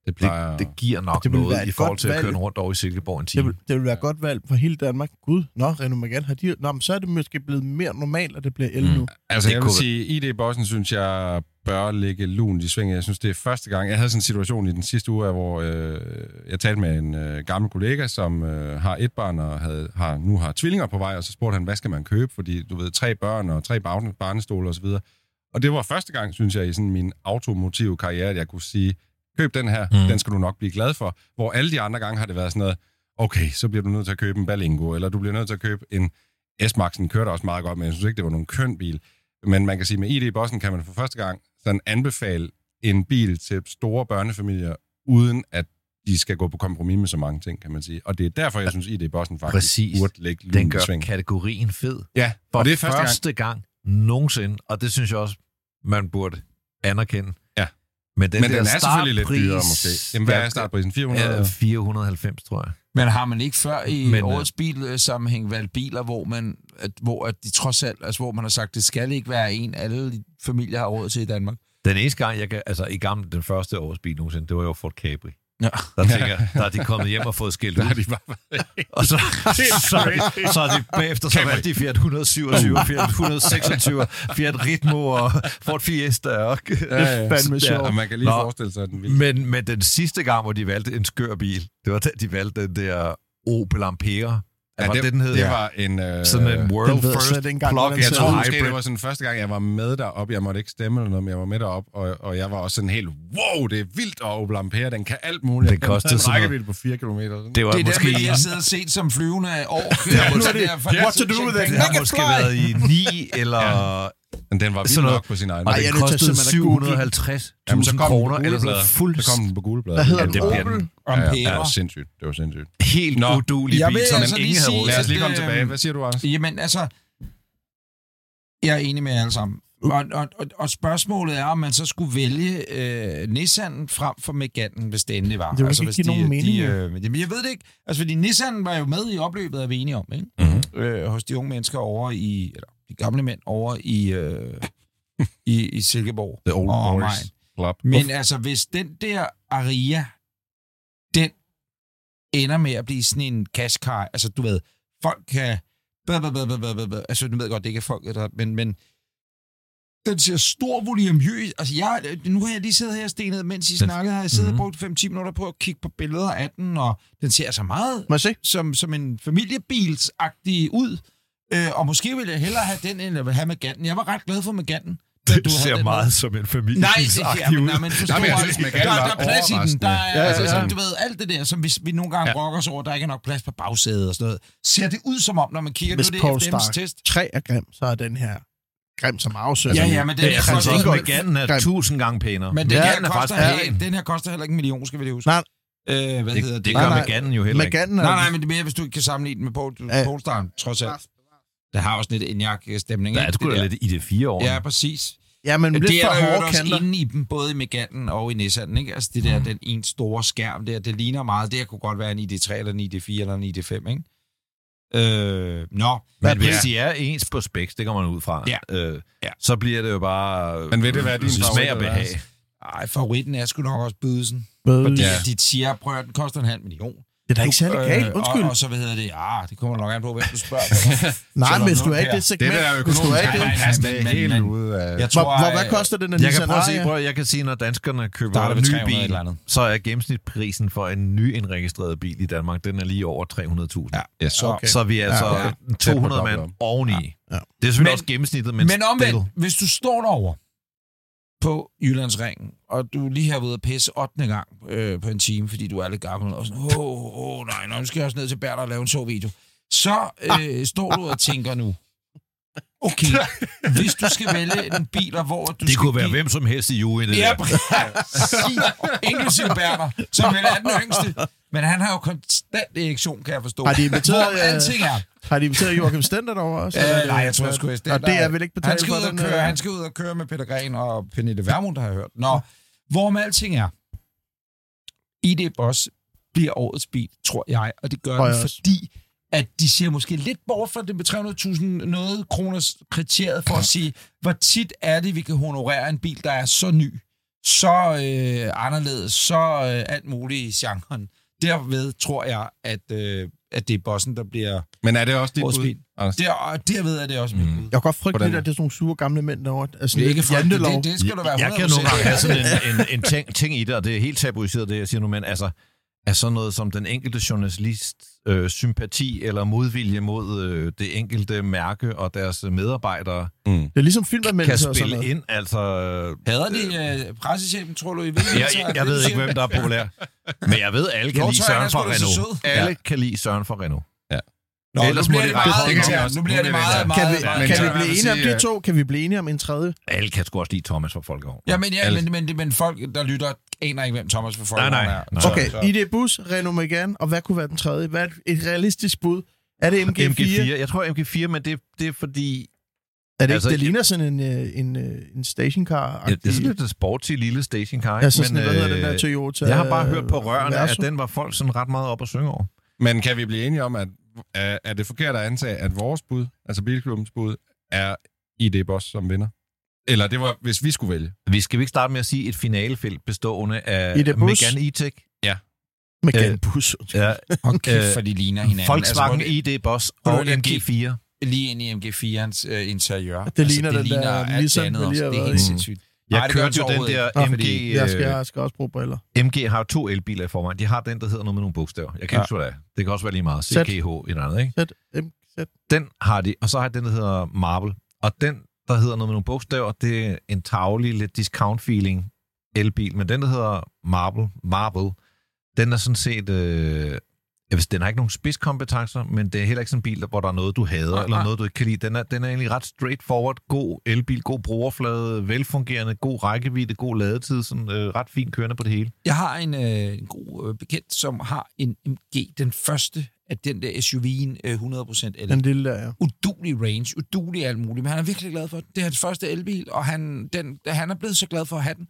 Det, plejer, Det, det giver Det nok det ville være noget et i forhold godt til at køre valg. den rundt over i Silkeborg en time. det, vil, det vil være godt valg for hele Danmark. Gud, nå, Renault Megane har de... Nå, men så er det måske blevet mere normalt, at det bliver el Mm. nu. altså, det jeg vil kunne- sige, ID-bossen synes jeg bør ligge lunt i svinget. Jeg synes, det er første gang. Jeg havde sådan en situation i den sidste uge, hvor øh, jeg talte med en øh, gammel kollega, som øh, har et barn og havde, har, nu har tvillinger på vej, og så spurgte han, hvad skal man købe? Fordi du ved, tre børn og tre barne, barnestole osv. Og det var første gang, synes jeg, i sådan min automotive karriere, at jeg kunne sige, køb den her, mm. den skal du nok blive glad for. Hvor alle de andre gange har det været sådan noget, okay, så bliver du nødt til at købe en Balingo, eller du bliver nødt til at købe en S-Maxen, kørte også meget godt, men jeg synes ikke, det var nogen køn bil. Men man kan sige, med ID Bossen kan man for første gang sådan anbefale en bil til store børnefamilier, uden at de skal gå på kompromis med så mange ting, kan man sige. Og det er derfor, jeg synes, ID Bossen faktisk Præcis. burde ligge Den lunt i gør sving. kategorien fed. Ja, For og det er første gang. første gang. nogensinde, og det synes jeg også, man burde anerkende. Ja. Men den, Men der den er selvfølgelig lidt startpris, dyrere, måske. Jamen, hvad er startprisen? 400? Ja, 490, tror jeg. Men har man ikke før i Men, øh, Men, årets bil sammenhæng valgt biler, hvor man, at, hvor at de trods alt, altså hvor man har sagt, det skal ikke være en, alle familier har råd til i Danmark? Den eneste gang, jeg kan, altså i gamle, den første årsbil nogensinde, det var jo Ford Capri. Ja. Der, tænker, jeg, der er de kommet hjem og fået skilt ud. Der har de bare været Og så, så, er det, så er det bagefter, så vandt de Fiat 127, Uh. Fiat 126, Fiat Ritmo og Ford Fiesta. Og, Ja, ja. fandme Ja. sjovt. Og man kan lige Nå. Nå. forestille sig, at den ville... Men, men den sidste gang, hvor de valgte en skør bil, det var da de valgte den der Opel Ampera. Ja, var det, det, den hed? det Ja. var en... Øh, Sådan en world Den ved jeg first slet ikke engang, plug-in hvordan jeg ser tror ud. måske, hybrid. det var sådan første gang, jeg var med derop. Jeg måtte ikke stemme eller noget, men jeg var med derop, og, og jeg var også sådan helt, wow, det er vildt, og Opel Ampere, den kan alt muligt. Den kostede Den sådan havde en noget. rækkevidde på 4 km. Sådan. Det var Det er måske, måske... der, vi har siddet og set som flyvende år. ja, nu er det- What to do with it? det har måske været i 9 eller Men den var vild Sådan noget. nok på sin egen Og Ej, måde. jeg er den nødt til at kostede simpelthen at google. 750.000 den på kroner, eller sådan gulebladet. noget Så kom fuldstændig den på gulebladet. Hvad hedder ja, den? det bliver Opel? den. Om Ja, pære. ja, sindssygt. Det var sindssygt. helt Nå, udulig jeg bil, vil som altså man lige ingen havde sige, råd Lad os til. lige komme Øhm, tilbage. Hvad siger du, Anders? Jamen altså, jeg er enig med jer alle sammen. Og, og, og, og spørgsmålet er, om man så skulle vælge øh, Nissan frem for Meganen, hvis det endelig var. Altså, Det vil ikke hvis give nogen mening, De, jo. øh, jamen, jeg ved det ikke. Altså, fordi Nissan var jo med i opløbet, er vi enige om, ikke? Mhm. Mm-hmm. Øh, hos de unge mennesker over i, eller de gamle mænd over i, øh, i, i Silkeborg. The Old og Boys omegn. Club. Men altså, hvis den der Aria, den ender med at blive sådan en kaskar, altså du ved, folk kan... Blah, blah, blah, blah, blah, blah, blah. Altså, du ved godt, det ikke er folk, der... Men, men den ser stor volumiøs. Altså, jeg, nu har jeg lige siddet her og stenet, mens I Den- snakkede, har jeg siddet Mhm. og brugt 5-10 minutter på at kigge på billeder af den, og den ser altså meget Må jeg se? som, som en familiebilsagtig ud. Øh, og måske ville jeg hellere have den, end jeg ville have Meganen. Jeg var ret glad for Meganen. da Det du havde ser den med. meget som en familie. Nej, det er, men, nej, men forstår Nej, men jeg du, synes, der, Megane der, var er plads i den. Der er, overraskende. ja, ja, ja. Altså, Ja, ja, ja. sådan, du ved, alt det der, som vi, vi nogle gange ja. brokker os over, der ikke er nok plads på bagsædet og sådan noget. Ser det ud som om, når man kigger Hvis på det Paul FDM's Stark test? 3 er grim, så er den her grim som afsøger. Ja, ja, men den Det, her jeg synes koster også, ikke- at Meganen er Grim. tusind gange pænere. Men den, Ja, her Meganen er koster faktisk heller, pæn. ikke- den her koster heller ikke en million, skal vi det huske. Nej. Øh, hvad hedder Det, det? det Nej, gør nej. Meganen jo heller ikke. Meganen er... Nej, nej, men det er mere, hvis du ikke kan sammenligne den med Paul, Ja. Paul Stark, trods alt. Det har også lidt enjak-stemning. Der er sgu da lidt i det fire år. Ja, præcis. Ja, men lidt det er for der jo hårde også kanter. Mm. inde i dem, både i Meganen og i Nissan. Ikke? Altså det der, den en store skærm der, det ligner meget. Det her kunne godt være en ID3, eller en ID4, eller en ID5, ikke? Øh, nå, Men men hvis ja. de er ens på specs, det kommer man ud fra, Ja. øh, Ja. så bliver det jo bare øh, Men vil det være din smag favorit, og eller behag. hvad? Ej, favoritten er sgu nok også Bødelsen. Fordi Det ja. de siger, prøv at høre, den koster en halv million. er da ikke særlig galt, undskyld. Øh, Og, og, så hvad hedder det, ah, det kommer nok an på, hvem du spørger. Nej, men hvis du er i her. det Det segment, der er hvis du er økonomisk. i det, Nej, nej, det er men- helt men- ude af... Jeg tror, hvor, hvor, hvad øh, koster den, den Jeg kan, prøve at Nissan sige, Ariya? prøv, at- jeg kan sige, når danskerne køber Der er det en ny 300 eller bil, andet. så er gennemsnitprisen for en nyindregistreret bil i Danmark, den er lige over 300.000. Ja. Yes. Okay. Så er vi er altså Ja, ja, ja. ja. 200 Tæt på mand dobbelt oveni. Ja. Ja. Det er selvfølgelig Men- også gennemsnittet, men, Men omvendt, still. hvis du står derover på Jyllandsringen, og du lige har været ude at pisse 8. gang øh, på en time, fordi du er lidt gammel, og sådan, åh, oh, oh, nej, nå, nu skal jeg også ned til Berter og lave en sjov video. Så øh, står du og tænker nu, okay, hvis du skal vælge en bil, og hvor du Det skal kunne være give- hvem som helst i juryen, det Ja, der. præcis. Inklusive Berner, som vel er den yngste. Men han har jo konstant erektion, kan jeg forstå. Har de inviteret, Hvor øh, alting er. Har de inviteret Joachim Stender derovre også? Eller er Øh, det- nej, jeg tror sgu, at Og det er vel ikke han betalt skal, for ud og den? køre, øh, han skal ud og køre med Peter Gren og Pernille Vermund, har jeg hørt. Nå, hvor med alting er, ID Boss bliver årets bil, tror jeg, og det gør Tror jeg den, også. fordi at de ser måske lidt bort fra det med 300.000 noget kroners kriteriet for at sige, hvor tit er det, vi kan honorere en bil, der er så ny, så øh, anderledes, så øh, alt muligt i genren. Derved tror jeg, at, øh, at det er bossen, der bliver... Men er det også dit Vores bud? bil. Anders? Der, og derved er det også Mm. mit bud. Jeg kan godt frygte Hvordan? lidt, at det er sådan nogle sure gamle mænd derovre. Altså, Det er lidt ikke frygteligt. jantelov. Det, det skal du være 100%. Jeg kan nogle gange have sådan en, en, en ting, ting i det, og det er helt tabuiseret, det jeg siger nu, men altså, er sådan noget som den enkelte journalist øh, sympati eller modvilje mod øh, det enkelte mærke og deres medarbejdere Det er ligesom kan filmanmeldelser og sådan spille noget. ind, altså... øh, Hader de øh, pressechefen, tror du, I ved? hvad Jeg, han siger? jeg, jeg ved ikke, hvem der er populær. Men jeg ved, alle kan Nå, lide tror jeg, han Søren er fra sgu da så Renault. sød. Alle kan lide Søren fra Renault. Nå, Ellers nu må bliver det det ret meget hurtigt. internt. Nu bliver det meget, Kan vi, meget, meget. Men kan så vi er internt. blive der man enige om sige, de øh, to? Kan vi blive enige om en tredje? Alle kan sgu også lide Thomas fra Folkevogn. Ja, men, ja, Alt. men, men, men folk, der lytter, aner ikke, hvem Thomas for folk Nej, nej. er. Nej. Så- Okay, så- ID Bus, Renault Megane, og hvad kunne være den tredje? Hvad er et- et realistisk bud? Er det MG4? MG4. Jeg tror MG4, men det, det er fordi... Er det Altså, ikke, det jeg- ligner sådan en, øh, en, øh, en stationcar? Ja, det er sådan lidt en sporty lille stationcar. Ja, ikke? så sådan, men, hvad hedder øh, den der Toyota? Jeg har bare øh, hørt på rørene, at Verso? den var folk sådan ret meget op at synge over. Men kan vi blive enige om, at er, er det forkert at antage, at vores bud, altså Bilklubbens bud, er ID Boss som vinder? Eller det var, hvis vi skulle vælge. Vi skal vi ikke starte med at sige et finalefelt bestående af I det bus? Megane E-Tech, Megane Bus. ja, Hold kæft, Øh, for de ligner hinanden. Volkswagen Altså, ID Boss hvor og er det, jeg MG4. hvor- Lige ind i MG4'ens øh, interiør. Det ligner den der alt Nissan, andet vi også. lige har Det er været helt i. sindssygt. Jeg Nej, det gør kørte den jo så den der overhovedet Nå, MG... Ah, fordi jeg skal, øh, jeg skal også bruge briller. MG har jo to elbiler i forvejen. De har den, der hedder noget med nogle bogstaver. Jeg kan Ja. ikke huske, hvad det er. Det kan også være lige meget. Sæt. CGH, en anden, ikke? Sæt, M, sæt. Den har de, og så har de den, der hedder Marble. Og den, der hedder noget med nogle bogstaver, det er en tavlig, lidt discount-feeling elbil. Men den, der hedder Marble, Marble den er sådan set øh, Jeg vil, den har ikke nogen spidskompetencer, men det er heller ikke sådan en bil, hvor der er noget, du hader, eller noget, du ikke kan lide. Den er, den er egentlig ret straightforward, god elbil, god brugerflade, velfungerende, god rækkevidde, god ladetid, sådan øh, ret fint kørende på det hele. Jeg har en, øh, en god øh, bekendt, som har en MG, den første af den der SUV'en, øh, 100% el. Den lille der, ja. udulig range, udulig alt muligt, men han er virkelig glad for den. Det er hans første elbil, og han, den, han er blevet så glad for at have den.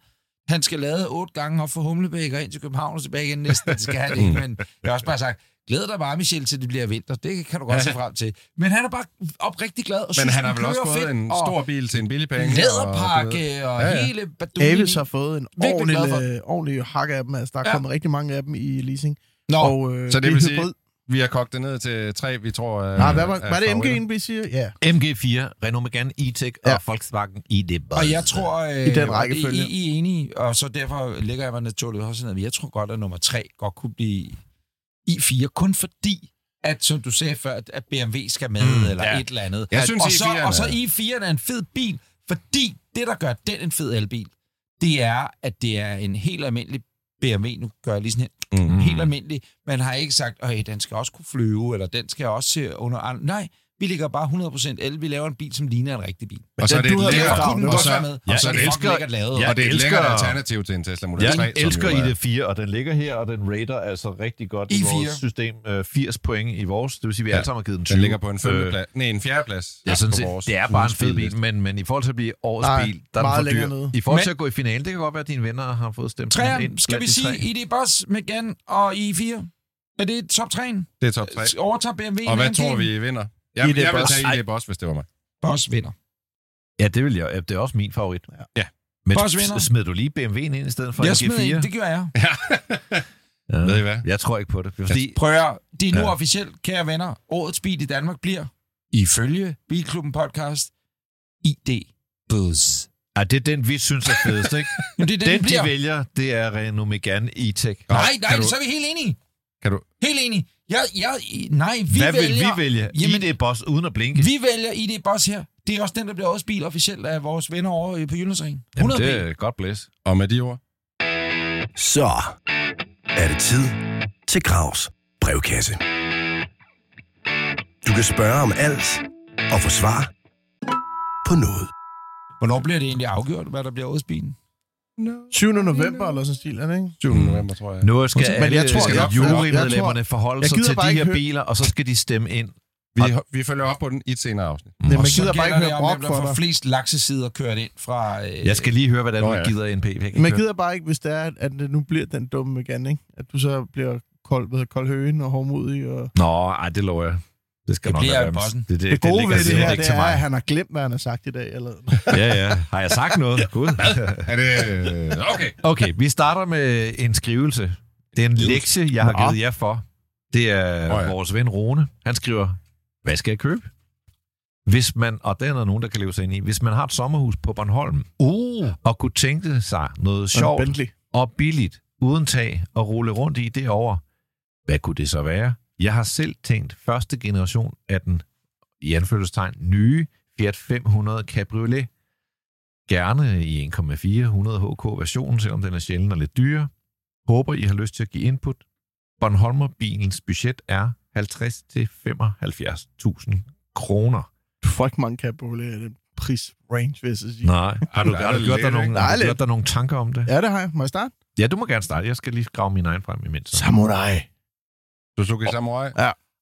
Han skal lade otte gange op fra Humlebæk og ind til København og tilbage igen næsten. Det skal han Mm. ikke, men jeg har også bare sagt, glæd dig bare, Michel, til det bliver vinter. Det kan du godt se frem til. Men han er bare oprigtig glad. Og Men synes, han har den vel også kører fået fedt, en og stor bil til en billig penge. og du ved- Læderpakke og, Ja, ja. hele baduljen. Avis har fået en glad ordentlig, for øh, ordentlig hak af dem. Altså, der er Ja. kommet rigtig mange af dem i leasing. Nå, og, øh, så det er vil sige- hybrid. Vi har kogt det ned til tre, vi tror... øh, Nej, hvad var, er var det favoritter. MG'en, vi siger? Ja. MG4, Renault Megane, E-Tech ja. Ja. og Volkswagen ID. Buzz. Og jeg tror, øh, I den og rækkefølge. I, I er enige, og så derfor lægger jeg mig naturligt også ned. Men Jeg tror godt, at nummer tre godt kunne blive I4, kun fordi, at som du sagde før, at- at BMW skal med, mm, eller ja. et eller andet. Jeg at, synes, og, så, I4'eren og så er- I4 er en fed bil, fordi det, der gør den en fed elbil, det er, at det er en helt almindelig BMW, nu gør jeg lige sådan her, mm. helt almindelig. Man har ikke sagt, at den skal også kunne flyve, eller den skal også se under... andre." Nej, vi ligger bare 100% el. Vi laver en bil, som ligner en rigtig bil. Og så er Ja, det du et havde lækkert... lækkert Kunne den Og godt så, være med? og Jeg så er det et elsker- lækkert lavet. Ja, og det er et elsker- lækkert alternativ til en Tesla Model 3, Jeg som elsker jo er- ID4, og den ligger her, og den rater altså rigtig godt i I4. vores system. Øh, 80 point i vores, det vil sige, vi Ja, alle sammen har givet den 20. Den ligger på en Øh, femteplads. Øh, nej, en fjerdeplads. Ja, sådan på set, vores det er bare en fed udspilliste. bil, men, men i forhold til at blive årets Nej, bil, der er meget den for dyr. længere nede. I forhold til Men- at gå i finalen, det kan godt være, at dine venner har fået stemt ham Træer, skal blandt vi de sige tre. ID Buzz, Megane og I4? Er det top 3'en? Det er top 3. Overtager BMW? Og hvad tror vi vinder? Jeg, ID jeg vil Boss. tage ID Boss, hvis det var mig. Buzz vinder. Ja, det vil jeg. ja, Det er også min favorit. Ja. Men Boss vinder. s- smed du lige BMW'en ind i stedet for Jeg en smed G4? en, det gør jeg. Ja. Ved I hvad? Jeg tror ikke på det. Fordi Prøv at høre, det er nu Ja. ja. officielt, kære venner. Årets bil i Danmark bliver, ifølge Bilklubben Podcast, ID Buzz. ja, det er den, vi synes er fedest, ikke? Jamen, det er den, den, den bliver. de vælger, det er Renault Megane E-Tech. Nej, nej, Kan du- så er vi helt enige. Kan du- Helt enige. Jeg, jeg, nej, vi Hvad vil vi vælger... vælge? Jamen- ID Boss uden at blinke? Vi vælger ID Boss her. Det er også den, der bliver årets bil officielt af vores venner over øh, på Jyllandsringen. 100 Jamen, det er godt blæs. Og med de ord. Så er det tid til Gravs brevkasse. Du kan spørge om alt og få svar på noget. Hvornår bliver det egentlig afgjort, hvad der bliver årets bil? 7. november eller sådan stil, er det ikke? 7. november, tror jeg. Nu skal Men alle jeg tror- skal jeg- jurymedlemmerne forholde jeg sig gider til bare de ikke her høre- biler, og så skal de stemme ind. Vi, vi følger op på den i et senere afsnit. Mm. Man Og så gider bare gælder ikke det høre om, brok hvem der for får dig. flest laksesider kørt ind fra... Øh, Jeg skal lige høre, hvordan Nå du ja. gider NP. Jeg kan ikke Man høre- gider bare ikke, hvis det er, at- at det nu bliver den dumme Megane, ikke? At du så bliver kold, hvad hedder, kold høen og hårdmodig. Og... Nå, ej, det lover jeg. Det skal Det nok bliver være i Rams. bossen. Det, det, Det gode ved det slet her, ikke det til er, mig. at han har glemt, hvad han har sagt i dag. Eller... Ja, ja. Har jeg sagt noget? Gud. Er det... øh, Okay. Okay, vi starter med en skrivelse. Det er en lektie, jeg har Nå. givet jer for. Det er Nå ja. vores ven Rune. Han skriver, hvad skal jeg købe? Hvis man, og den er der nogen, der kan leve sig ind i, hvis man har et sommerhus på Bornholm, uh. og kunne tænke sig noget Sjovt. sjovt og billigt, uden tag og rulle rundt i det over, hvad kunne det så være? Jeg har selv tænkt første generation af den, i anførselstegn, nye Fiat 500 Cabriolet. Gerne i 1,400 HK-versionen, selvom den er sjældent og lidt dyrere. Håber, I har lyst til at give input. Bornholmerbilens budget er 50-75.000 kroner. Fuck mange cabriolet af den prisrange, hvis jeg sige. Nej, har du, har du gjort dig nogle, har du Dejligt. gjort dig nogle tanker om det? Ja, det har jeg. Må jeg starte? Ja, du må gerne starte. Jeg skal lige grave min egen frem imens. Så. Samurai. Suzuki Samurai.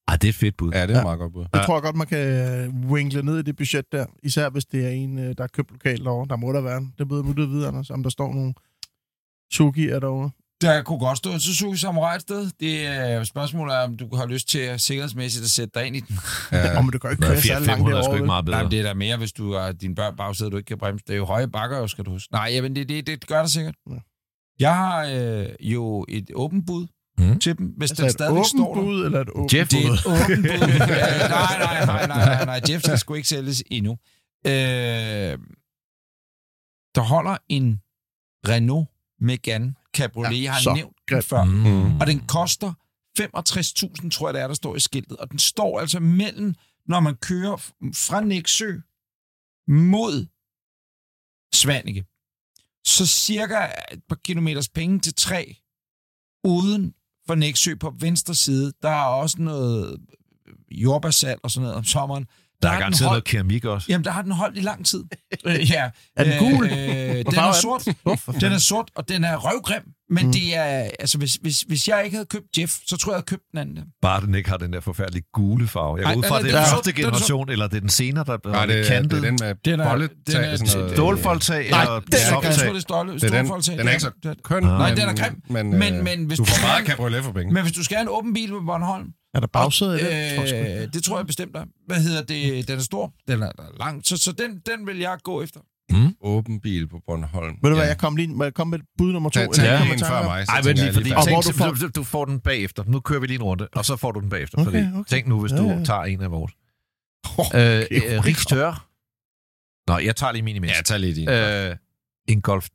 Ah, det er et fedt bud. Ja, det er et meget godt bud. Det tror jeg godt, man kan winkle ned i det budget der. Især hvis det er en, øh, der er købt lokalt derovre. Der må der være en. Det bliver muligt at vide, Anders, om der står nogle Sugi'er derovre. Der kunne godt stå en Suzuki Samurai et sted. Det er spørgsmålet er, om du har lyst til at sikkerhedsmæssigt at sætte dig ind i den. Ja. Om det gør ikke Nå, køre Fiat særlig langt 500 er sgu derovre. ikke vel? meget bedre. Nej, men det er der mere, hvis du har din børn bagsæde, du ikke kan bremse. Det er jo høje bakker, jo, skal du huske. Nej, jamen, det, det, det gør det sikkert. Ja. Jeg har øh, jo et åbent bud Mm. mm. til dem, hvis Altså den et stadigvæk står åbent der. bud, eller et åbent Jeff, Det er bud? et åbent bud. Ja, nej, nej, nej, nej, nej, nej. Jeff skal sgu ikke sælges endnu. Øh, der holder en Renault Megane Cabriolet, Ja, jeg så har nævnt den grim. før. Mm. Og den koster 65.000, tror jeg det er, der står i skiltet. Og den står altså mellem, når man kører f- fra Næksø mod Svanike. Så cirka et par kilometers penge til tre, uden for Næksø på venstre side, der er også noget jordbærsalt og sådan noget om sommeren. Der er har den garanteret holdt- noget keramik også. Jamen, der har den holdt i lang tid. Øh, ja. Er den gul? Øh, den farve er er sort. Den er sort, og den er røvgrim. Men mm. det er, altså, hvis, hvis, hvis jeg ikke havde købt Jeff, så tror jeg, jeg havde købt den anden. Bare den ikke har den der forfærdelige gule farve. Jeg Ej, går ud den fra, er- at det den er er den så- første den er så- generation, eller det er den senere, der Nej, er det, er- kantet. det er den øh, med Den er- bolletag. den er- sådan noget. Stålfoldtag Nej, eller den er, jeg tror, stoffoldtag? det er stål, Det er den. stålfoldtag. Den er ikke så Ja. køn. Nej, men- den er grim. Men, Men- øh, men hvis du du får kan- meget cabriolet for penge. Men hvis du skal have en åben bil på Bornholm, Er der bagsæde i den? Tror jeg sgu øh, ikke. det tror jeg bestemt er. Hvad hedder det? Den er stor, den er der er lang, så, så den, den vil jeg gå efter. Åben bil på Bornholm. Ved du hvad, Ja. jeg kom lige må jeg komme med et bud nummer to. Tag, eller tag jeg lige kommer en i før tanke om- mig. så Nej, men tænker lige jeg fordi, før. Og tænk, hvor du du, får... du, du får den bagefter. Nu kører vi lige en runde, og så får du den bagefter. Okay, Okay, fordi, okay. okay. Tænk nu, hvis Ja, du ja, ja. tager en af vores. Åh, Øh, kæft, øh, Rik Stør. Nå, jeg tager lige min imens. Ja, tag lige din. øh, en Golf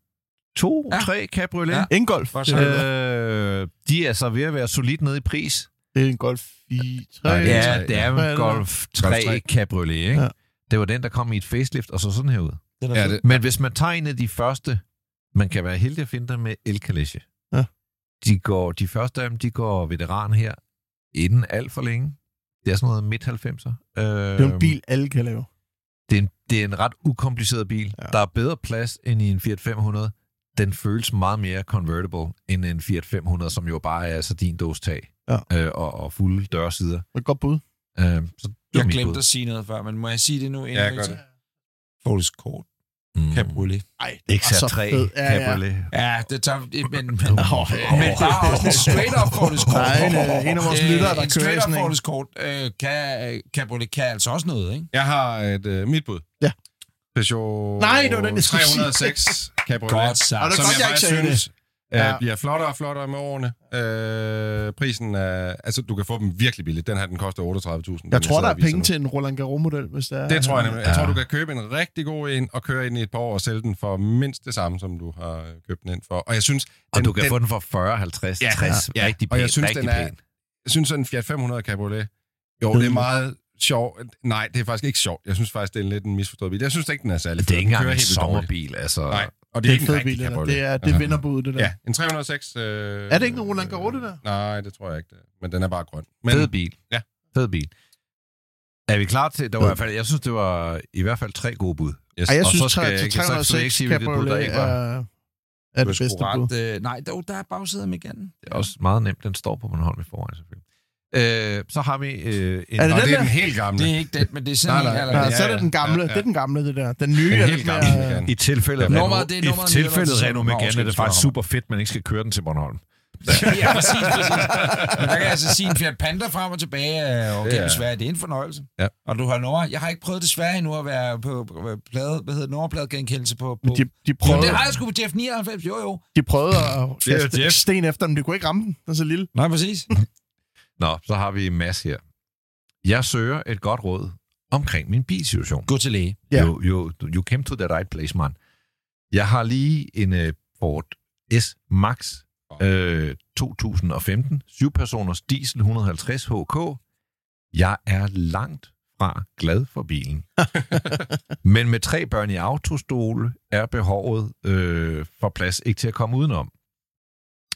2, Ja. ja. 3 Cabriolet. Ja. Ja. Ingolf. Hvor Det så- er- Øh, de er så ved at være solidt nede i pris. Det er Øh, en Golf 4. Nej, det er- Ja, det er Hvad er jo det? en Golf 3 3. Cabriolet, ikke? Ja. Ja. Det var den, der kom i et facelift, og så sådan her ud. Den er Ja, fed. det, Men hvis man tager en af de første, man kan være heldig at finde dem med El Calèche. Ja. De, går, de første af dem, de går veteran her inden alt for længe. Det er sådan noget midt-90'er. Øh, Det er en bil, alle kan lave. Det er en, det er en ret ukompliceret bil. Ja. Ja. Der er bedre plads end i en Fiat 500. Den føles meget mere convertible end en Fiat 500, som jo bare er sardindås tag Ja. øh, og, og fulde dørsider. Det er et godt bud. Øh, så det var Jeg mit glemte bud. at sige noget før, men må jeg sige det nu? inden Ja, vi gør tager- det. Forrest Kort. Mm. Cabriolet. XR3 Ah, fed. Ja, ja. Cabriolet. Ja, det tager... Men, men, Åh, men der er også en straight-up Forrest Kort. Der er en, øh, en af vores lyttere, der en kører i straight-up sådan en. Forrest Kort øh, kan, øh, Cabriolet kan altså også noget, ikke? jeg har et, øh, mit bud. Ja. Peugeot Nej, det var den, jeg skulle sige. 306 Cabriolet. Godt sagt. Og det er som godt, jeg, jeg jeg ikke sagde synes Ja. øh, bliver flottere og flottere med årene. Øh, prisen er... Altså, du kan få dem virkelig billigt. Den her, den koster 38.000. Jeg tror, der er penge til en Roland Garros-model, hvis det er. Det tror jeg nemlig. Jeg Ja. tror, du kan købe en rigtig god en og køre ind i et par år og sælge den for mindst det samme, som du har øh, købt den ind for. Og jeg synes, Og den, du kan den, få den for 40, 50, Ja, 60. ja. Rigtig pæn, Og jeg synes, rigtig den er- pæn. jeg synes sådan en Fiat 500 Cabriolet, jo, det er meget sjovt. Nej, det er faktisk ikke sjovt. Jeg synes faktisk, det er en lidt en misforstået bil. Jeg synes ikke, den er særlig Det er Den ikke engang kører en helt vildt dårligt. sommerbil, altså. Nej, og det Det er, er en ikke en fed rigtig bil, det der. Cabriolet. det er, det Ja. er vinderbuddet, det der. Ja, en 306... Øh, Er det ikke en Roland Garros, det der? Nej, det tror jeg ikke, det er. Men den er bare grøn. Men, Men fed bil. Ja. Fed bil. Er vi klar til, der var i Fed. hvert fald, jeg synes, det var i hvert fald tre gode bud. yes. Ej, jeg Og synes, så skal jeg ikke- så skal jeg 306 ikke sige, hvilket bud, der Cabriolet ikke er, var. er Du er det sgu bedste ret, bud. Øh, nej, dog, der er bagsæder med igen. Det er også meget nemt, den står på Bornholm i forvejen selvfølgelig. Øh, så har vi øh, en... Er Og det det den er den der? helt gamle. Det er ikke det, men det er sådan Nej, en nej. eller Ja, anden. så er ja, det den ja, gamle. ja. Det er den gamle, det der. Den nye Den er helt lidt gamle mere- Megane. I tilfælde af Nå, var Renault, det- i nummeret er tilfælde nummeret- Renault Nå, Megane, er undskyld, det faktisk skal jeg super fedt, man ikke skal køre den til Bornholm. Ja, præcis, præcis. Men der kan jeg altså sige en Fiat Panda frem og tilbage, øh, og det er Ja. desværre, det er en fornøjelse. Ja. Og du har nummer. Jeg har ikke prøvet desværre endnu at være på, på, på plade, hvad hedder det, nummerpladegenkendelse på... på. Men de, de, jo, prøvede, det har jeg sgu på Jeff 99, jo jo. de prøvede at Det er jo kaste Jeff. sten efter dem. De kunne ikke ramme den. Den er så lille. Nej, præcis. Nå, så har vi Mads her. Jeg søger et godt råd omkring min bilsituation. Gå til læge. Ja. Yeah. You, you, you came to the right place, man. Jeg har lige en uh, Ford S Max uh, 2015, 7 personers diesel 150 HK. Jeg er langt fra glad for bilen. Men med tre børn i autostole er behovet øh, for plads ikke til at komme udenom.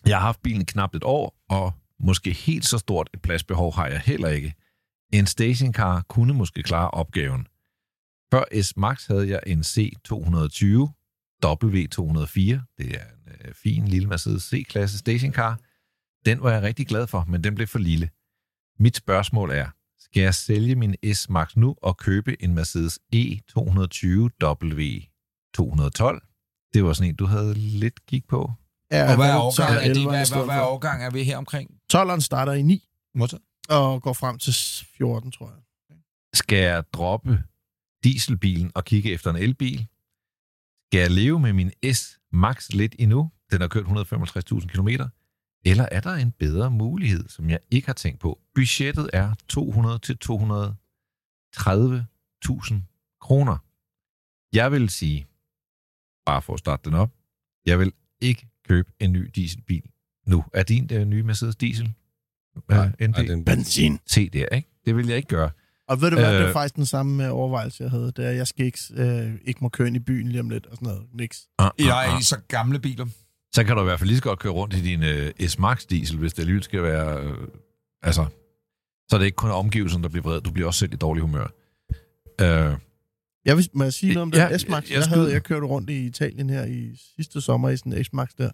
Jeg har haft bilen knap et år, og måske helt så stort et pladsbehov har jeg heller ikke. En stationcar kunne måske klare opgaven. Før S Max havde jeg en C220, W204, det er en øh, fin lille Mercedes C-klasse stationcar. Den var jeg rigtig glad for, men den blev for lille. Mit spørgsmål er, skal jeg sælge min S Max nu og købe en Mercedes E E220 W212? Det var sådan en, du havde lidt gik på. Ja, Og hvad er så årgang er det? 11'eren i Hvad, hvad, stedet hvad for. årgang er vi her omkring? 12'eren starter i 9 Modtaget. og går frem til 14, tror jeg. Skal jeg droppe dieselbilen og kigge efter en elbil? Skal jeg leve med min S max lidt endnu? Den har kørt 155.000 km. Eller er der en bedre mulighed, som jeg ikke har tænkt på? Budgettet er 200 til 230.000 kroner. Jeg vil sige, bare for at starte den op, jeg vil ikke købe en ny dieselbil nu. Er din øh, nye Mercedes diesel? Nej, Øh, ND? nej, den, Benzin. Se der, ikke? Det vil jeg ikke gøre. Og ved du hvad, det var Øh. faktisk den samme øh, overvejelse, jeg havde. Det er, at jeg skal ikke, øh, ikke må køre ind i byen lige om lidt og sådan noget. Niks. Ah, Jeg er i så gamle biler. så kan du i hvert fald lige så godt køre rundt i din øh, S-Max diesel, hvis det alligevel skal være... Øh, altså, så er det ikke kun omgivelserne, der bliver vred. Du bliver også selv i dårlig humør. Øh, Jeg vil, må jeg sige noget om den Ja, ja, S-Max? jeg Jeg, skyder. havde, jeg kørte rundt i Italien her i sidste sommer i sådan en S-Max der.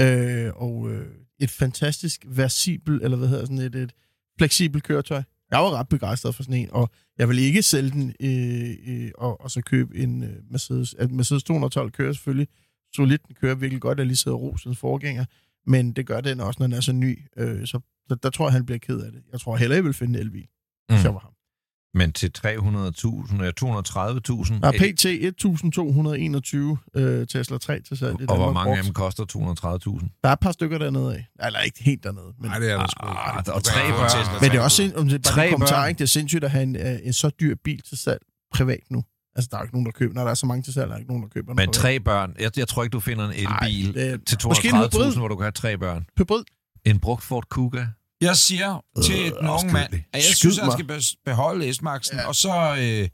Øh, og øh, et fantastisk versibel, eller hvad hedder sådan et, et fleksibelt køretøj. Jeg var ret begejstret for sådan en, og jeg ville ikke sælge den, øh, øh, og, og så købe en øh, Mercedes. At Mercedes 212 kører selvfølgelig solidt, den kører virkelig godt, jeg lige sidder rosens forgænger, men det gør den også, når den er så ny, øh, så der, der tror jeg, han bliver ked af det. Jeg tror heller, jeg vil finde en elbil, mm. hvis jeg var ham. Men til 300.000, ja, 230.000. Der er pt. 1221 øh, Tesla 3 til salg. i og hvor Danmark mange af brugt. dem koster 230.000? Der er et par stykker dernede af. Eller ikke helt dernede. Men, Nej, det er der sgu ikke. Ah, og tre børn. men det er også sind, om det er Tre bare en kommentar, børn. ikke? det er sindssygt at have en, øh, en så dyr bil til salg privat nu. Altså, der er jo ikke nogen, der køber. Når der er så mange til salg, der er ikke nogen, der køber den Men privat. tre børn. Jeg, jeg tror ikke, du finder en elbil Ej, det er- til Måske en 230.000, hybrid. hvor du kan have tre børn. Hybrid. En brugt Ford Kuga. Jeg siger til et øh, ung afskyelig. mand, at jeg Skyd synes, han mig. skal be- beholde S-Maxen, ja. Ja. og så... Øh,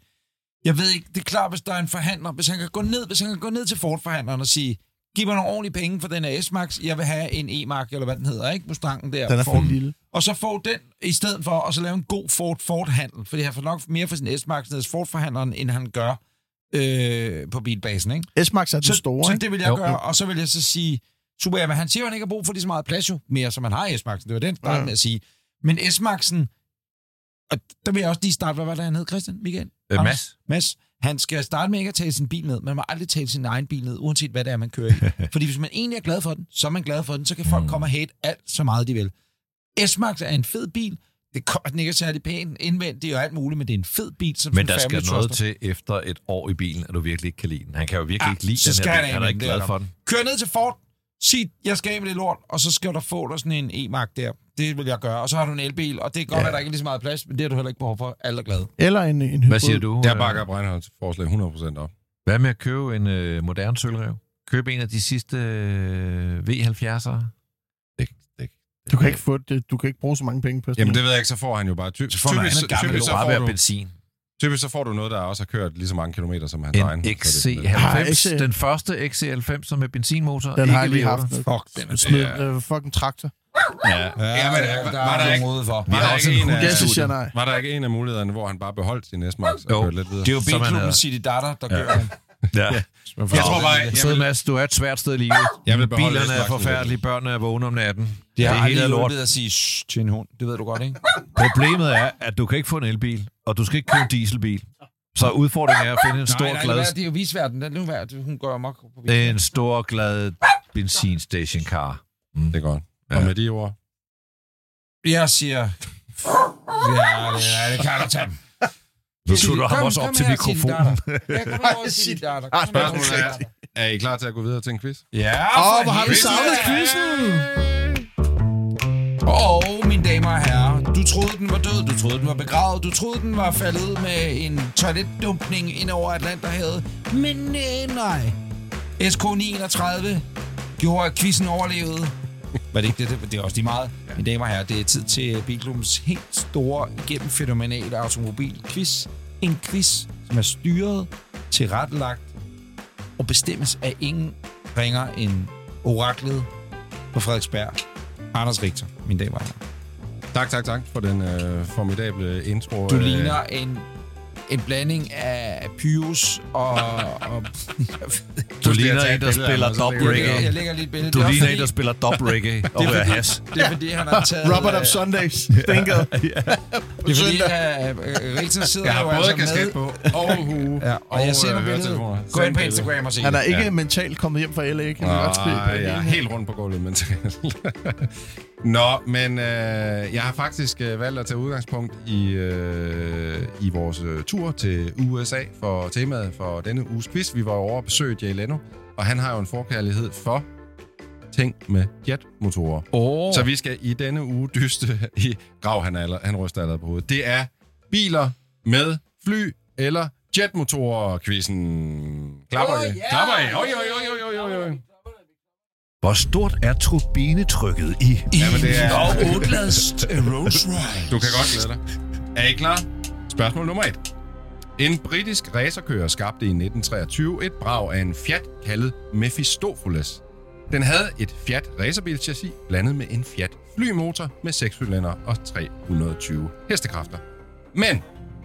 jeg ved ikke, det er klart, hvis der er en forhandler, hvis han kan gå ned, hvis han kan gå ned til Ford-forhandleren og sige, giv mig nogle ordentlige penge for den her S-Max, jeg vil have en E-Mark, eller hvad den hedder, ikke? Mustangen der. Den er for Ford. lille. Og så få den i stedet for, og så lave en god Ford Ford-handel, fordi han får nok mere for sin S-Max ned hos Ford-forhandleren, end han gør øh, på bilbasen, ikke? S-Max er den Så, store, så ikke? det vil jeg Jo. jo. gøre, og så vil jeg så sige, super, jamen, han siger, at han ikke har brug for lige så meget plads jo mere, som han har i S-Maxen. Det var den, der ja. Ja. med at sige. Men S-Maxen, og der vil jeg også lige starte, hvad var det, han hed, Christian? Michael? Øh, Anders? Mads. Mads. Han skal starte med ikke at tale sin bil ned. Man må aldrig tale sin egen bil ned, uanset hvad det er, man kører i. Fordi hvis man egentlig er glad for den, så er man glad for den, så kan folk Mm. komme og hate alt så meget, de vil. S-Max er en fed bil. Det kommer den ikke er særlig pæn indvendigt og alt muligt, men det er en fed bil, som Men sådan der en skal family noget truster. til efter et år i bilen, at du virkelig ikke kan lide den. Han kan jo virkelig Ja, ikke lide så den skal her han bil. af Han er med ikke den, glad det er for den. Kør ned til Ford, sig, jeg skal af med det lort, og så skal du få dig sådan en e-mark der. Det vil jeg gøre. Og så har du en elbil, og det kan godt, ja. at der ikke er lige så meget plads, men det har du heller ikke behov for. Alle er glade. Eller en, en hybrid. Hvad siger du? Der øh, bakker Breinholds forslag 100% op. Hvad med at købe en øh, moderne sølvrev? Køb en af de sidste øh, V70'ere. Du kan ikke, få det, du kan ikke bruge så mange penge på sådan Jamen, en. det ved jeg ikke, så får altså han jo bare... Ty- Så får man typisk, han er gammel, typisk, det så bare får være du, benzin. typisk så får du noget, der også har kørt lige så mange kilometer som hans egen. En så det- Ah, XC90, XC. den første XC90 med benzinmotor. Den har jeg ikke lige V8. haft. Fuck, den er Smid, det øh, fucking traktor. Ja. Ja, ja, men der, der var, der er ikke, ikke ude for. var, har der også ikke en en af, Ja, så siger jeg nej. var der ikke en af mulighederne, hvor han bare beholdt sin S-Max og Jo. kørte lidt videre? Det er jo Som han B-klubben hedder. City Datter, der kører. den. Ja. Jeg tror bare, jeg Sid, vil- Mads, du er et svært sted i livet. Jeg vil beholde Bilerne er S-Maxen lidt. forfærdelige, børnene er vågne om natten. Det, Jeg er har hele lige lort. lort ved at sige "Shh" til en hund. Det ved du godt, ikke? Problemet er, at du kan ikke få en elbil, og du skal ikke købe en dieselbil. Så udfordringen er at finde en stor, Nej, nej, glad, glad. det er jo visverden. Den er jo værd. Hun går amok på en stor, glad benzinstationcar. Mm. Det er godt. Ja. Og med de ord... Jeg siger... Ja, det, ja, det kan du tage. Nu slutter ham også op til mikrofonen. Ah, Jeg kommer over til City Datter. Kom her over til Spørgsmålet City er, Datter. er I klar til at gå videre til en quiz? Ja, Åh, for hvor har vi helvede. savnet quizzen! Og oh, mine damer og herrer, du troede, den var død, du troede, den var begravet, du troede, den var faldet med en toiletdumpning ind over Atlanterhavet. Men øh, nej. SK39 gjorde, at quizzen overlevede. Var det ikke det? Det- Det er også lige meget. Mine damer og herrer, det er tid til Bilklubbens helt store, igennem fænomenale automobilquiz. En quiz, som er styret, tilrettelagt og bestemmes af ingen ringer end oraklet på Frederiksberg. Anders Richter, mine damer og herrer. Tak, tak, tak for den øh, formidable intro. Du øh, ligner en, en blanding af Pyrus og... og Du Husk lige at ligner tage en, et der billede spiller af mig, så dub lægger jeg det jeg reggae. lægger lige et billede. Du Det er ligner en, fordi- der spiller dub reggae og rører hash. Det er fordi, han har taget... Robert øh, of Sundays. Stinker. Det er fordi, øh, øh, Richter sidder Jeg har jo både altså kasket med... på og hue Ja, og, jeg sender øh, høretelefoner. billedet. Gå Send ind på billedet. Instagram og se Han er det. ikke mentalt kommet hjem fra LA, kan man godt se. Nej, jeg er Ah, helt rundt på gulvet mentalt. Nå, men øh, jeg har faktisk øh, valgt at tage udgangspunkt i, øh, i vores øh, tur til USA for temaet for denne uges quiz. Vi var jo over at besøge Jay Leno, og han har jo en forkærlighed for ting med jetmotorer. Åh, Så vi skal i denne uge dyste i... Grav, han, er allerede, han ryster allerede på hovedet. Det er biler med fly eller jetmotorer-quizzen. Klapper I? Åh, ja! Klapper I? Oj, oj, oj, oj, oj, oj. Hvor stort er turbinetrykket i? Jamen, det er... og Oatlast Rolls Royce. Du kan godt glæde dig. Er I klar? Spørgsmål nummer et. En britisk racerkører skabte i 1923 et brag af en Fiat kaldet Mephistopheles. Den havde et Fiat racerbilchassis blandet med en Fiat flymotor med 6 cylinder og 320 hestekræfter. Men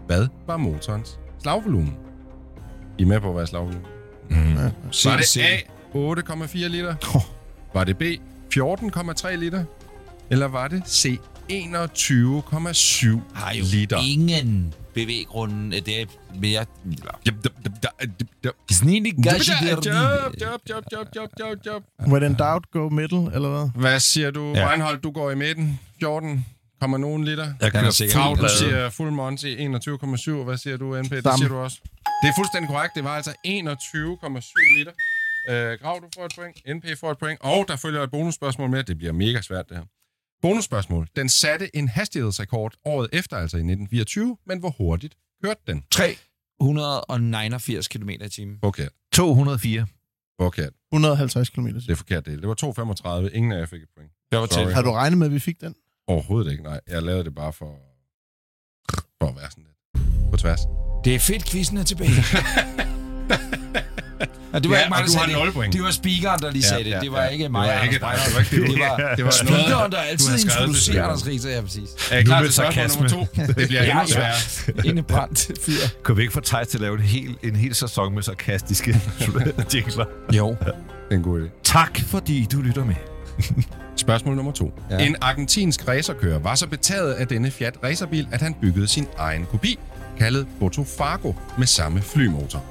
hvad var motorens slagvolumen? I er med på, hvad er slagvolumen? Var det A, 8,4 liter? Var det B, 14,3 liter? Eller var det C, 21,7 liter? ingen bevæggrunde. Det er mere... Jep, jep, jep, da- jep, jep. Snedig Jep, jep, jep, jep, jep, jep, jep. When in doubt, go middle, eller hvad? Hvad siger du? Ja. Reinhold, du går i midten. 14, kommer nogen liter. Jeg Den er kører sikkert Krav, du lavet. siger fuld Monty, 21,7. Hvad siger du, NP? Det Samme. siger du også. Det er fuldstændig korrekt. Det var altså 21,7 liter. Øh, Grav, du får et point. NP får et point. Og der følger et bonusspørgsmål med. Det bliver mega svært, det her. Bonusspørgsmål. Den satte en hastighedsrekord året efter, altså i 1924, men hvor hurtigt kørte den? 389 km i timen. Forkert. 204. Forkert. 150 km. Det er forkert del. Det var 2,35. Ingen af jer fik et point. Jeg var Sorry. tæt. Har du regnet med, at vi fik den? Overhovedet ikke, nej. Jeg lavede det bare for, for at være sådan lidt på tværs. Det er fedt, quizzen er tilbage. Ja, det var Ja, ikke mig, og der du sagde har nul point. det. Det var speakeren, der lige Ja, sagde det. ja, Det var ja. ikke Det mig, var Anders ikke dig, Breyer. det var ikke det. Det var, Det var noget, speakeren, der altid havde skrevet det, introducerer speakeren. Anders Riese, ja, præcis. Er I klar med til spørgsmål nummer to? Det bliver endnu sværere. Indebrændt fyr. Kunne vi ikke få Thijs til at lave en hel, en hel sæson med sarkastiske jingler? Jo. Det er en god idé. Tak, fordi du lytter med. Spørgsmål nummer to. Ja. En argentinsk racerkører var så betaget af denne Fiat racerbil, at han byggede sin egen kopi, kaldet Botofago, med samme flymotor.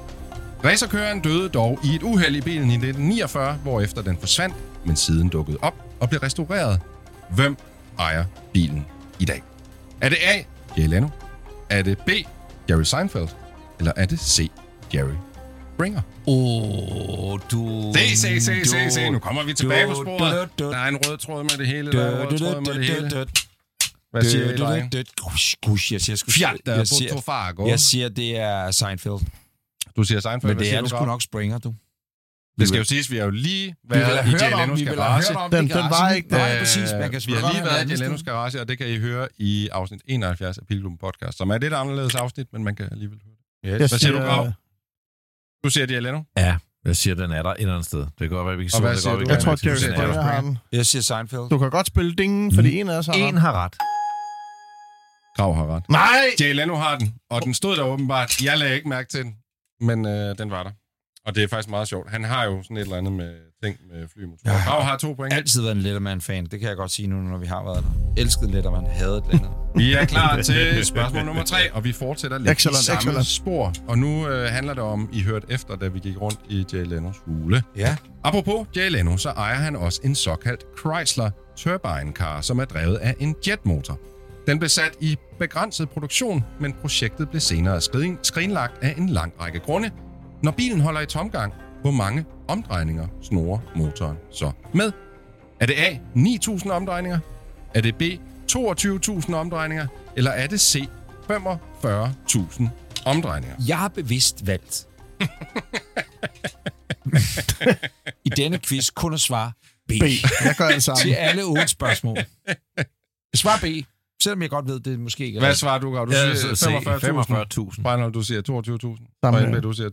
Racerkøreren døde dog i et uheld i bilen i 1949, hvorefter den forsvandt, men siden dukkede op og blev restaureret. Hvem ejer bilen i dag? Er det A. Jay Leno? Er det B. Jerry Seinfeld? Eller er det C. Jerry Springer? Åh, du... Se, se, se, se, se. Nu du- kommer vi tilbage på du- sporet. du- du- Der er en rød tråd med det hele. du- Der er en rød du- tråd med det du- hele. du- Hvad siger I, drenge? du- du- Gush, gush, jeg siger sgu... Fjat, der jeg er siger- Botofago. Jeg siger, det er Seinfeld. Du siger Seinfeld, Men hvad det siger er du, det sgu Grav? nok Springer, du. Det skal jo siges, vi har jo lige Vi vil været i have hørt Jay om, Lenos vi vil have garage. Øh, hørt om Den- det den var garagen. ikke der. Nej, præcis. Man kan vi svære har lige været i Jay Lenos garage, og det kan I høre i afsnit 71 af Pilgrim Podcast, som er et lidt anderledes afsnit, men man kan alligevel høre det. Jeg Hvad siger du, Grav? Du siger Jay Leno. Ja, jeg siger, den er der et eller andet sted. Det kan godt være, vi kan Og suge hvad det siger godt, vi du? kan Jeg tror, men at Jerry den er der. Springer har den. Jeg siger Seinfeld. Du kan godt spille dingen, fordi en af os har En den. har ret. Grav har ret. Nej! Jay Leno har den, og den stod der åbenbart. Jeg lagde ikke mærke til den, men øh, den var der. Og det er faktisk meget sjovt. Han har jo sådan et eller andet med ting med flymotorer. Ja. Grav har to point. altid været en Letterman-fan. Det kan jeg godt sige nu, når vi har været der. Elskede Letterman, havde det andet. Vi er klar til spørgsmål nummer tre, og vi fortsætter lidt Excellent, i samme excellent. spor. Og nu øh, handler det om, I hørte efter, da vi gik rundt i Jay Lenos hule. Ja. Apropos Jay Leno, så ejer han også en såkaldt Chrysler Turbine Car, som er drevet af en jetmotor. Den blev sat i begrænset produktion, men projektet blev senere skrin- skrinlagt af en lang række grunde. Når bilen holder i tomgang, hvor mange omdrejninger snorer motoren så med? Er det A. 9.000 omdrejninger? Er det B. 22.000 omdrejninger? Eller er det C. 45.000 omdrejninger? Jeg har bevidst valgt i denne quiz kun at svare B, B. B. Jeg gør det samme. til alle otte spørgsmål. Jeg svarer B, selvom jeg godt ved, det måske ikke er Hvad rigtigt. svarer du, Gav? Du Ja, siger så Øh, se, 45.000. 45.000. Reinhold, du siger 22.000. Mm. Samme Og her. Indbæk, du siger 22.000.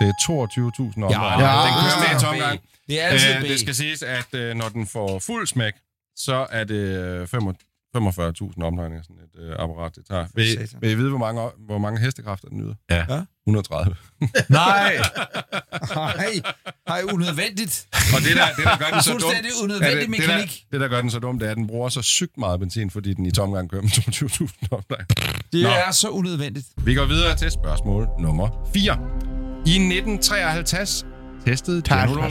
Det er 22.000 Ja, omdrejninger. ja. Den kører med i B. tomgang. Det er altid B. Øh, det skal siges, at øh, når den får fuld smæk, så er det øh, 45 45.000 omdrejninger, sådan et øh, apparat, det tager. Vil, I- satan. vil I vide, hvor mange, hvor mange hestekræfter den yder? Ja. Ja. 130. Nej! Hej, hej, unødvendigt. Og det der, det, der gør den så dum... Fuldstændig Ja, unødvendig det, det, der, mekanik. det, der gør den så dum, det er, at den bruger så sygt meget benzin, fordi den i tomgang kører med 22.000 omdrejninger. Det Nå. er så unødvendigt. Vi går videre til spørgsmål nummer 4. I 1953 testede General,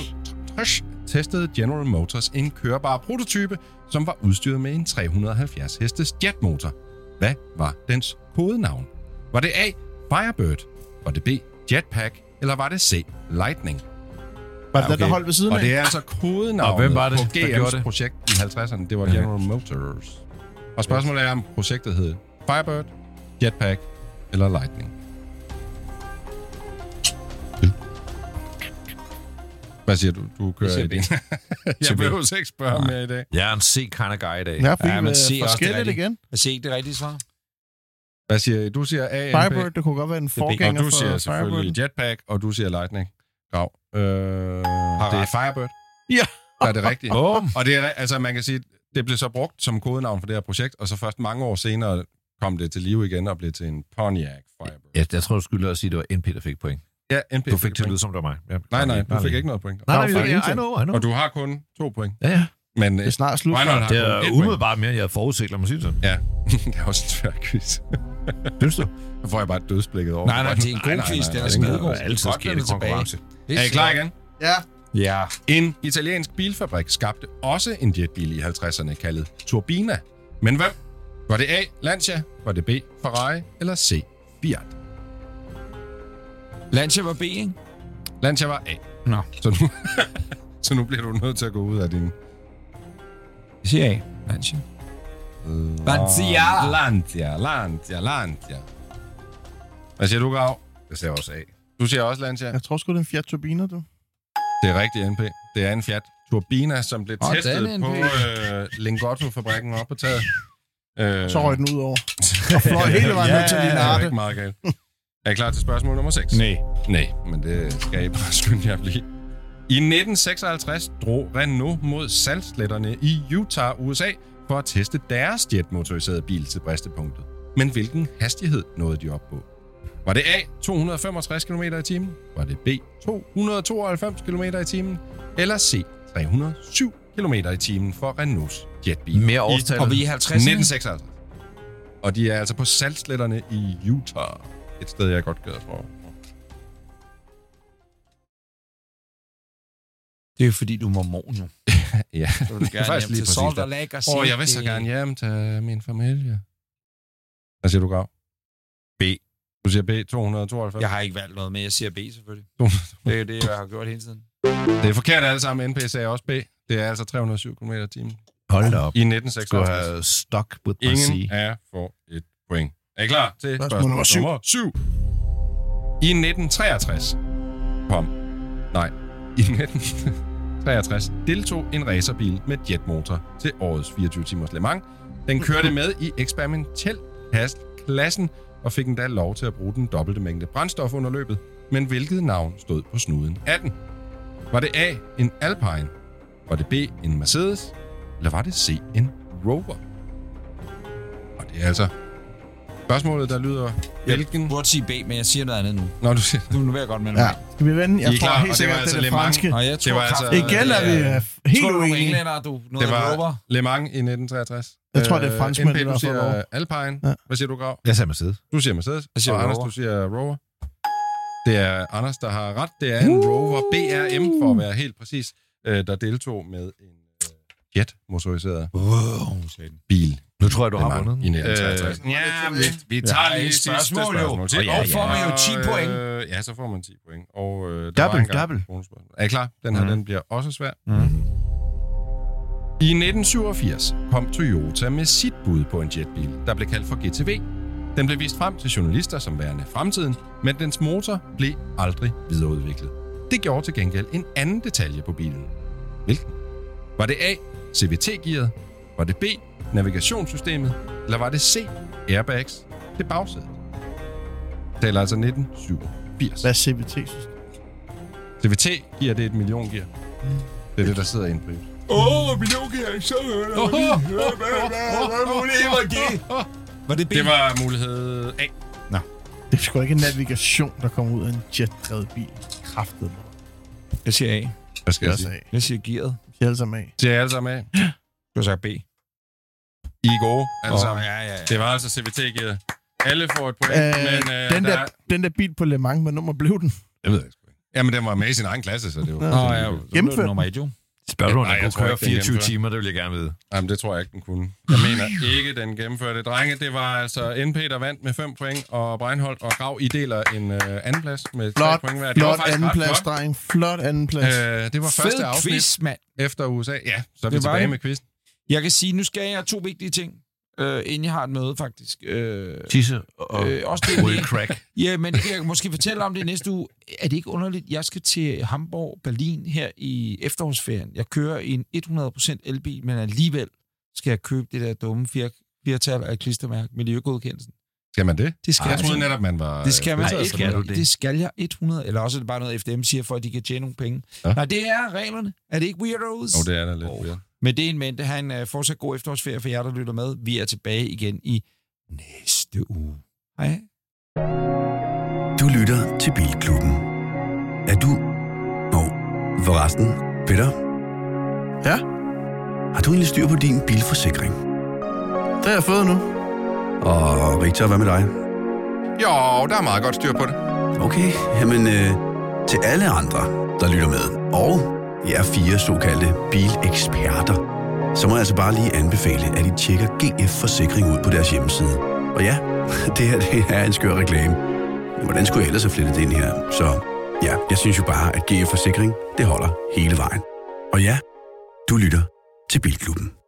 Tush, testede General Motors en kørbar prototype, som var udstyret med en 370 hestes jetmotor. Hvad var dens kodenavn? Var det A. Firebird? Var det B. Jetpack? Eller var det C. Lightning? Var det den, der holdt ved siden Og af? det er altså kodenavnet Og hvem var det, på der gjorde GM's det? projekt i 50'erne. Det var General Motors. Og spørgsmålet er, om projektet hed Firebird, Jetpack eller Lightning. Hvad siger du? Du kører siger i det. Jeg behøver ikke spørge mere i dag. Jeg er en C kind of guy i dag. Jeg fik Ja, ja, man ser også, det er forskelligt rigtigt. igen. Jeg ser ikke det rigtige svar. Hvad siger I? Du siger A, NP, Firebird, det kunne godt være en og forgænger du siger for Firebird. selvfølgelig Jetpack, og du siger Lightning. Grav. Øh, det er Firebird. Ja. Der er det rigtige. Bum. Og det er, altså, man kan sige, det blev så brugt som kodenavn for det her projekt, og så først mange år senere kom det til live igen og blev til en Pontiac Firebird. Jeg, jeg tror, du skylder at sige, at det var NP, der fik point. Ja, NP. Du fik til at lyde som det var mig. Ja, Nej, nej, bare du fik lige. ikke noget point. Nej, Der nej, var vi- faktisk I ingenting. know, I know. Og du har kun to point. Ja, ja. Men øh, Det er snart slut. Reinhold har Det kun er et point. umiddelbart mere, end jeg havde forudset, lad mig sige det sådan. Ja, det er også en svær quiz. Synes du? Så får jeg bare et dødsblikket over. Nej, nej, det er en god quiz, den er skidegod. noget. Altid Godt, sker den det er tilbage. konkurrence. Er I klar igen? Ja. Ja. En italiensk bilfabrik skabte også en jetbil i 50'erne kaldet Turbina. Men hvem? Var det A. Lancia? Var det B. Ferrari? Eller C. Fiat? Lancia var B, ikke? Lancia var A. Nå. Så nu, så nu bliver du nødt til at gå ud af din... Jeg siger A. Lancia. Øh, Lancia. Lancia, Lancia, Lancia. Hvad siger du, Grav? Jeg ser også af. Du siger også Lancia. Jeg tror sgu, det er en Fiat Turbiner, du. Det er rigtigt, NP. Det er en Fiat Turbina, som blev Hvordan, testet NP? på øh, Lingotto-fabrikken oppe på taget. Øh, Så røg den ud over. Og fløj hele vejen ned til det er Linarte. ikke meget galt. Er I klar til spørgsmål nummer 6? Nej. Nej, men det skal I bare skynde jer at blive. I 1956 drog Renault mod salgsletterne i Utah, USA, for at teste deres jetmotoriserede bil til bristepunktet. Men hvilken hastighed nåede de op på? Var det A, 265 km i timen? Var det B, 292 km i timen? Eller C, 307 km i timen for Renaults jetbil? Mere I årstallet. Og vi er 50. 1956. Og de er altså på salgsletterne i Utah. Et sted, jeg godt gad for. Det er jo fordi, du er mormon jo. Ja, Du vil er faktisk hjem lige til præcis Salt der. og Lake og Åh, sige, jeg vil så det- gerne hjem til min familie. Hvad siger du, Grav? B. Du siger B, 292. Jeg har ikke valgt noget, men jeg siger B selvfølgelig. Det Det, er det, jeg har gjort hele tiden. det er forkert alle sammen. NP sagde også B. Det er altså 307 km i timen. Hold da op. I Jeg skulle 1956. have stuck with my sea. Ingen af jer får et point. Er I klar til Spørgsmål spørgsmål nummer syv. nummer 7? I 1963 kom... Nej, i 1963 deltog en racerbil med jetmotor til årets 24 timers Le Mans. Den kørte med i eksperimentel kast- klassen og fik endda lov til at bruge den dobbelte mængde brændstof under løbet. Men hvilket navn stod på snuden af den? Var det A, en Alpine? Var det B, en Mercedes? Eller var det C, en Rover? Og det er altså spørgsmålet, der lyder, hvilken... Jeg burde sige B, men jeg siger noget andet nu. Nå, du siger... Nu nu vil jeg godt melde Ja. mig. Skal vi vende? Jeg I er tror klar, og helt det sikkert, var at altså det Le er Mans. franske. Og jeg tror, var altså- kraftedeme, Igen er vi øh, helt Tror du, uenige. englænder, du? Noget Det var Rover? Le Mans i 1963. Jeg tror, det er Øh, franskmænd, NB, der du har fået siger lov. Alpine. Ja. Hvad siger du, Grav? Jeg sagde Mercedes. Du siger Mercedes. Jeg siger og Anders, Rover. du siger Rover. Det er Anders, der har ret. Det er en Uh! Rover BRM, for at være helt præcis, øh, der deltog med en øh, jet-motoriseret bil. Nu tror jeg, du Le har Mans vundet. den. I 1963. Øh, ja, vi, vi tager Ja, lige et sidste spørgsmål, jo. spørgsmål til. Og ja, får man jo 10 øh, point. Ja, så får man 10 point. Og, øh, der Double, var engang double. et bonusspørgsmål. Er I klar? Den her, Mhm. den bliver også svær. Mhm. Mm. I 1987 kom Toyota med sit bud på en jetbil, der blev kaldt for GTV. Den blev vist frem til journalister som værende fremtiden, men dens motor blev aldrig videreudviklet. Det gjorde til gengæld en anden detalje på bilen. Hvilken? Var det A. CVT-gearet? Var det B. Navigationssystemet? Eller var det C. Airbags? Det bagsædet. Taler altså 1987. Hvad er CBT, synes du? CVT-gear, det er et milliongear. Det er det, der sidder inde på Åh, oh, milliongear, så Var det B? Det var mulighed A. Det er sgu ikke en navigation, der kommer ud af en jetdrevet bil. Kraftet mig. Jeg siger A. Hvad Det skal er jeg også sige? af. Jeg siger gearet. Det er altså med. Det er alle sammen af. Du har sagt B. I er gode, alle Åh, sammen. ja, ja, ja. Det var altså CVT-givet. Alle får et point, Øh, men øh, den, der, den der bil på Le Mans, hvad nummer blev den? Jeg ved jeg sgu ikke. Jamen, den var med i sin egen klasse, så det var... Nå. Åh, ja. Gennemført. Gennemført. Nummer et, jo. Spørger du, om Nej, jeg jeg kunne tror køre ikke, den 24 gennemfører. timer? Det vil jeg gerne vide. Jamen, det tror jeg ikke, den kunne. Jeg mener ikke, den gennemførte. Drenge, det var altså NP, der vandt med 5 point, og Breinholt og Grav, I deler en øh, andenplads med 3 Flot, point hver. Det var flot faktisk anden ret plads, flot. dreng. Flot anden plads. Øh, det var Fed første afsnit quiz, mand. efter USA. Ja, så er vi Det var tilbage det. med quizzen. Jeg kan sige, nu skal jeg to vigtige ting, øh, inden jeg har et møde, faktisk. Øh, Tisse og øh, også det, Will Crack. Ja, men det kan jeg måske fortælle om det næste uge. Er det ikke underligt? Jeg skal til Hamburg, Berlin her i efterårsferien. Jeg kører i en 100% elbil, men alligevel skal jeg købe det der dumme fir- firtal af klistermærke, miljøgodkendelsen. Skal man det? Det skal jeg man. troede netop, man var... Det skal man. Nej, ikke skal du det. det skal jeg 100. Eller også er det bare noget, FDM siger, for at de kan tjene nogle penge. Ja. Ja. Nej, det er reglerne. Er det ikke weirdos? Jo, det er da lidt. Åh. Oh. Med det en mente, have en uh, fortsat god efterårsferie for jer, der lytter med. Vi er tilbage igen i næste uge. Hej. Du lytter til Bilklubben. Er du... Og forresten, Peter? Ja? Har du egentlig styr på din bilforsikring? Det har jeg fået nu. Og Victor, hvad med dig? Jo, der er meget godt styr på det. Okay, jamen øh, til alle andre, der lytter med, og jer fire såkaldte bileksperter, så må jeg altså bare lige anbefale, at I tjekker GF Forsikring ud på deres hjemmeside. Og ja, det her det er en skør reklame. Men hvordan skulle jeg ellers have flettet det ind her? Så ja, jeg synes jo bare, at GF Forsikring, det holder hele vejen. Og ja, du lytter til Bilklubben.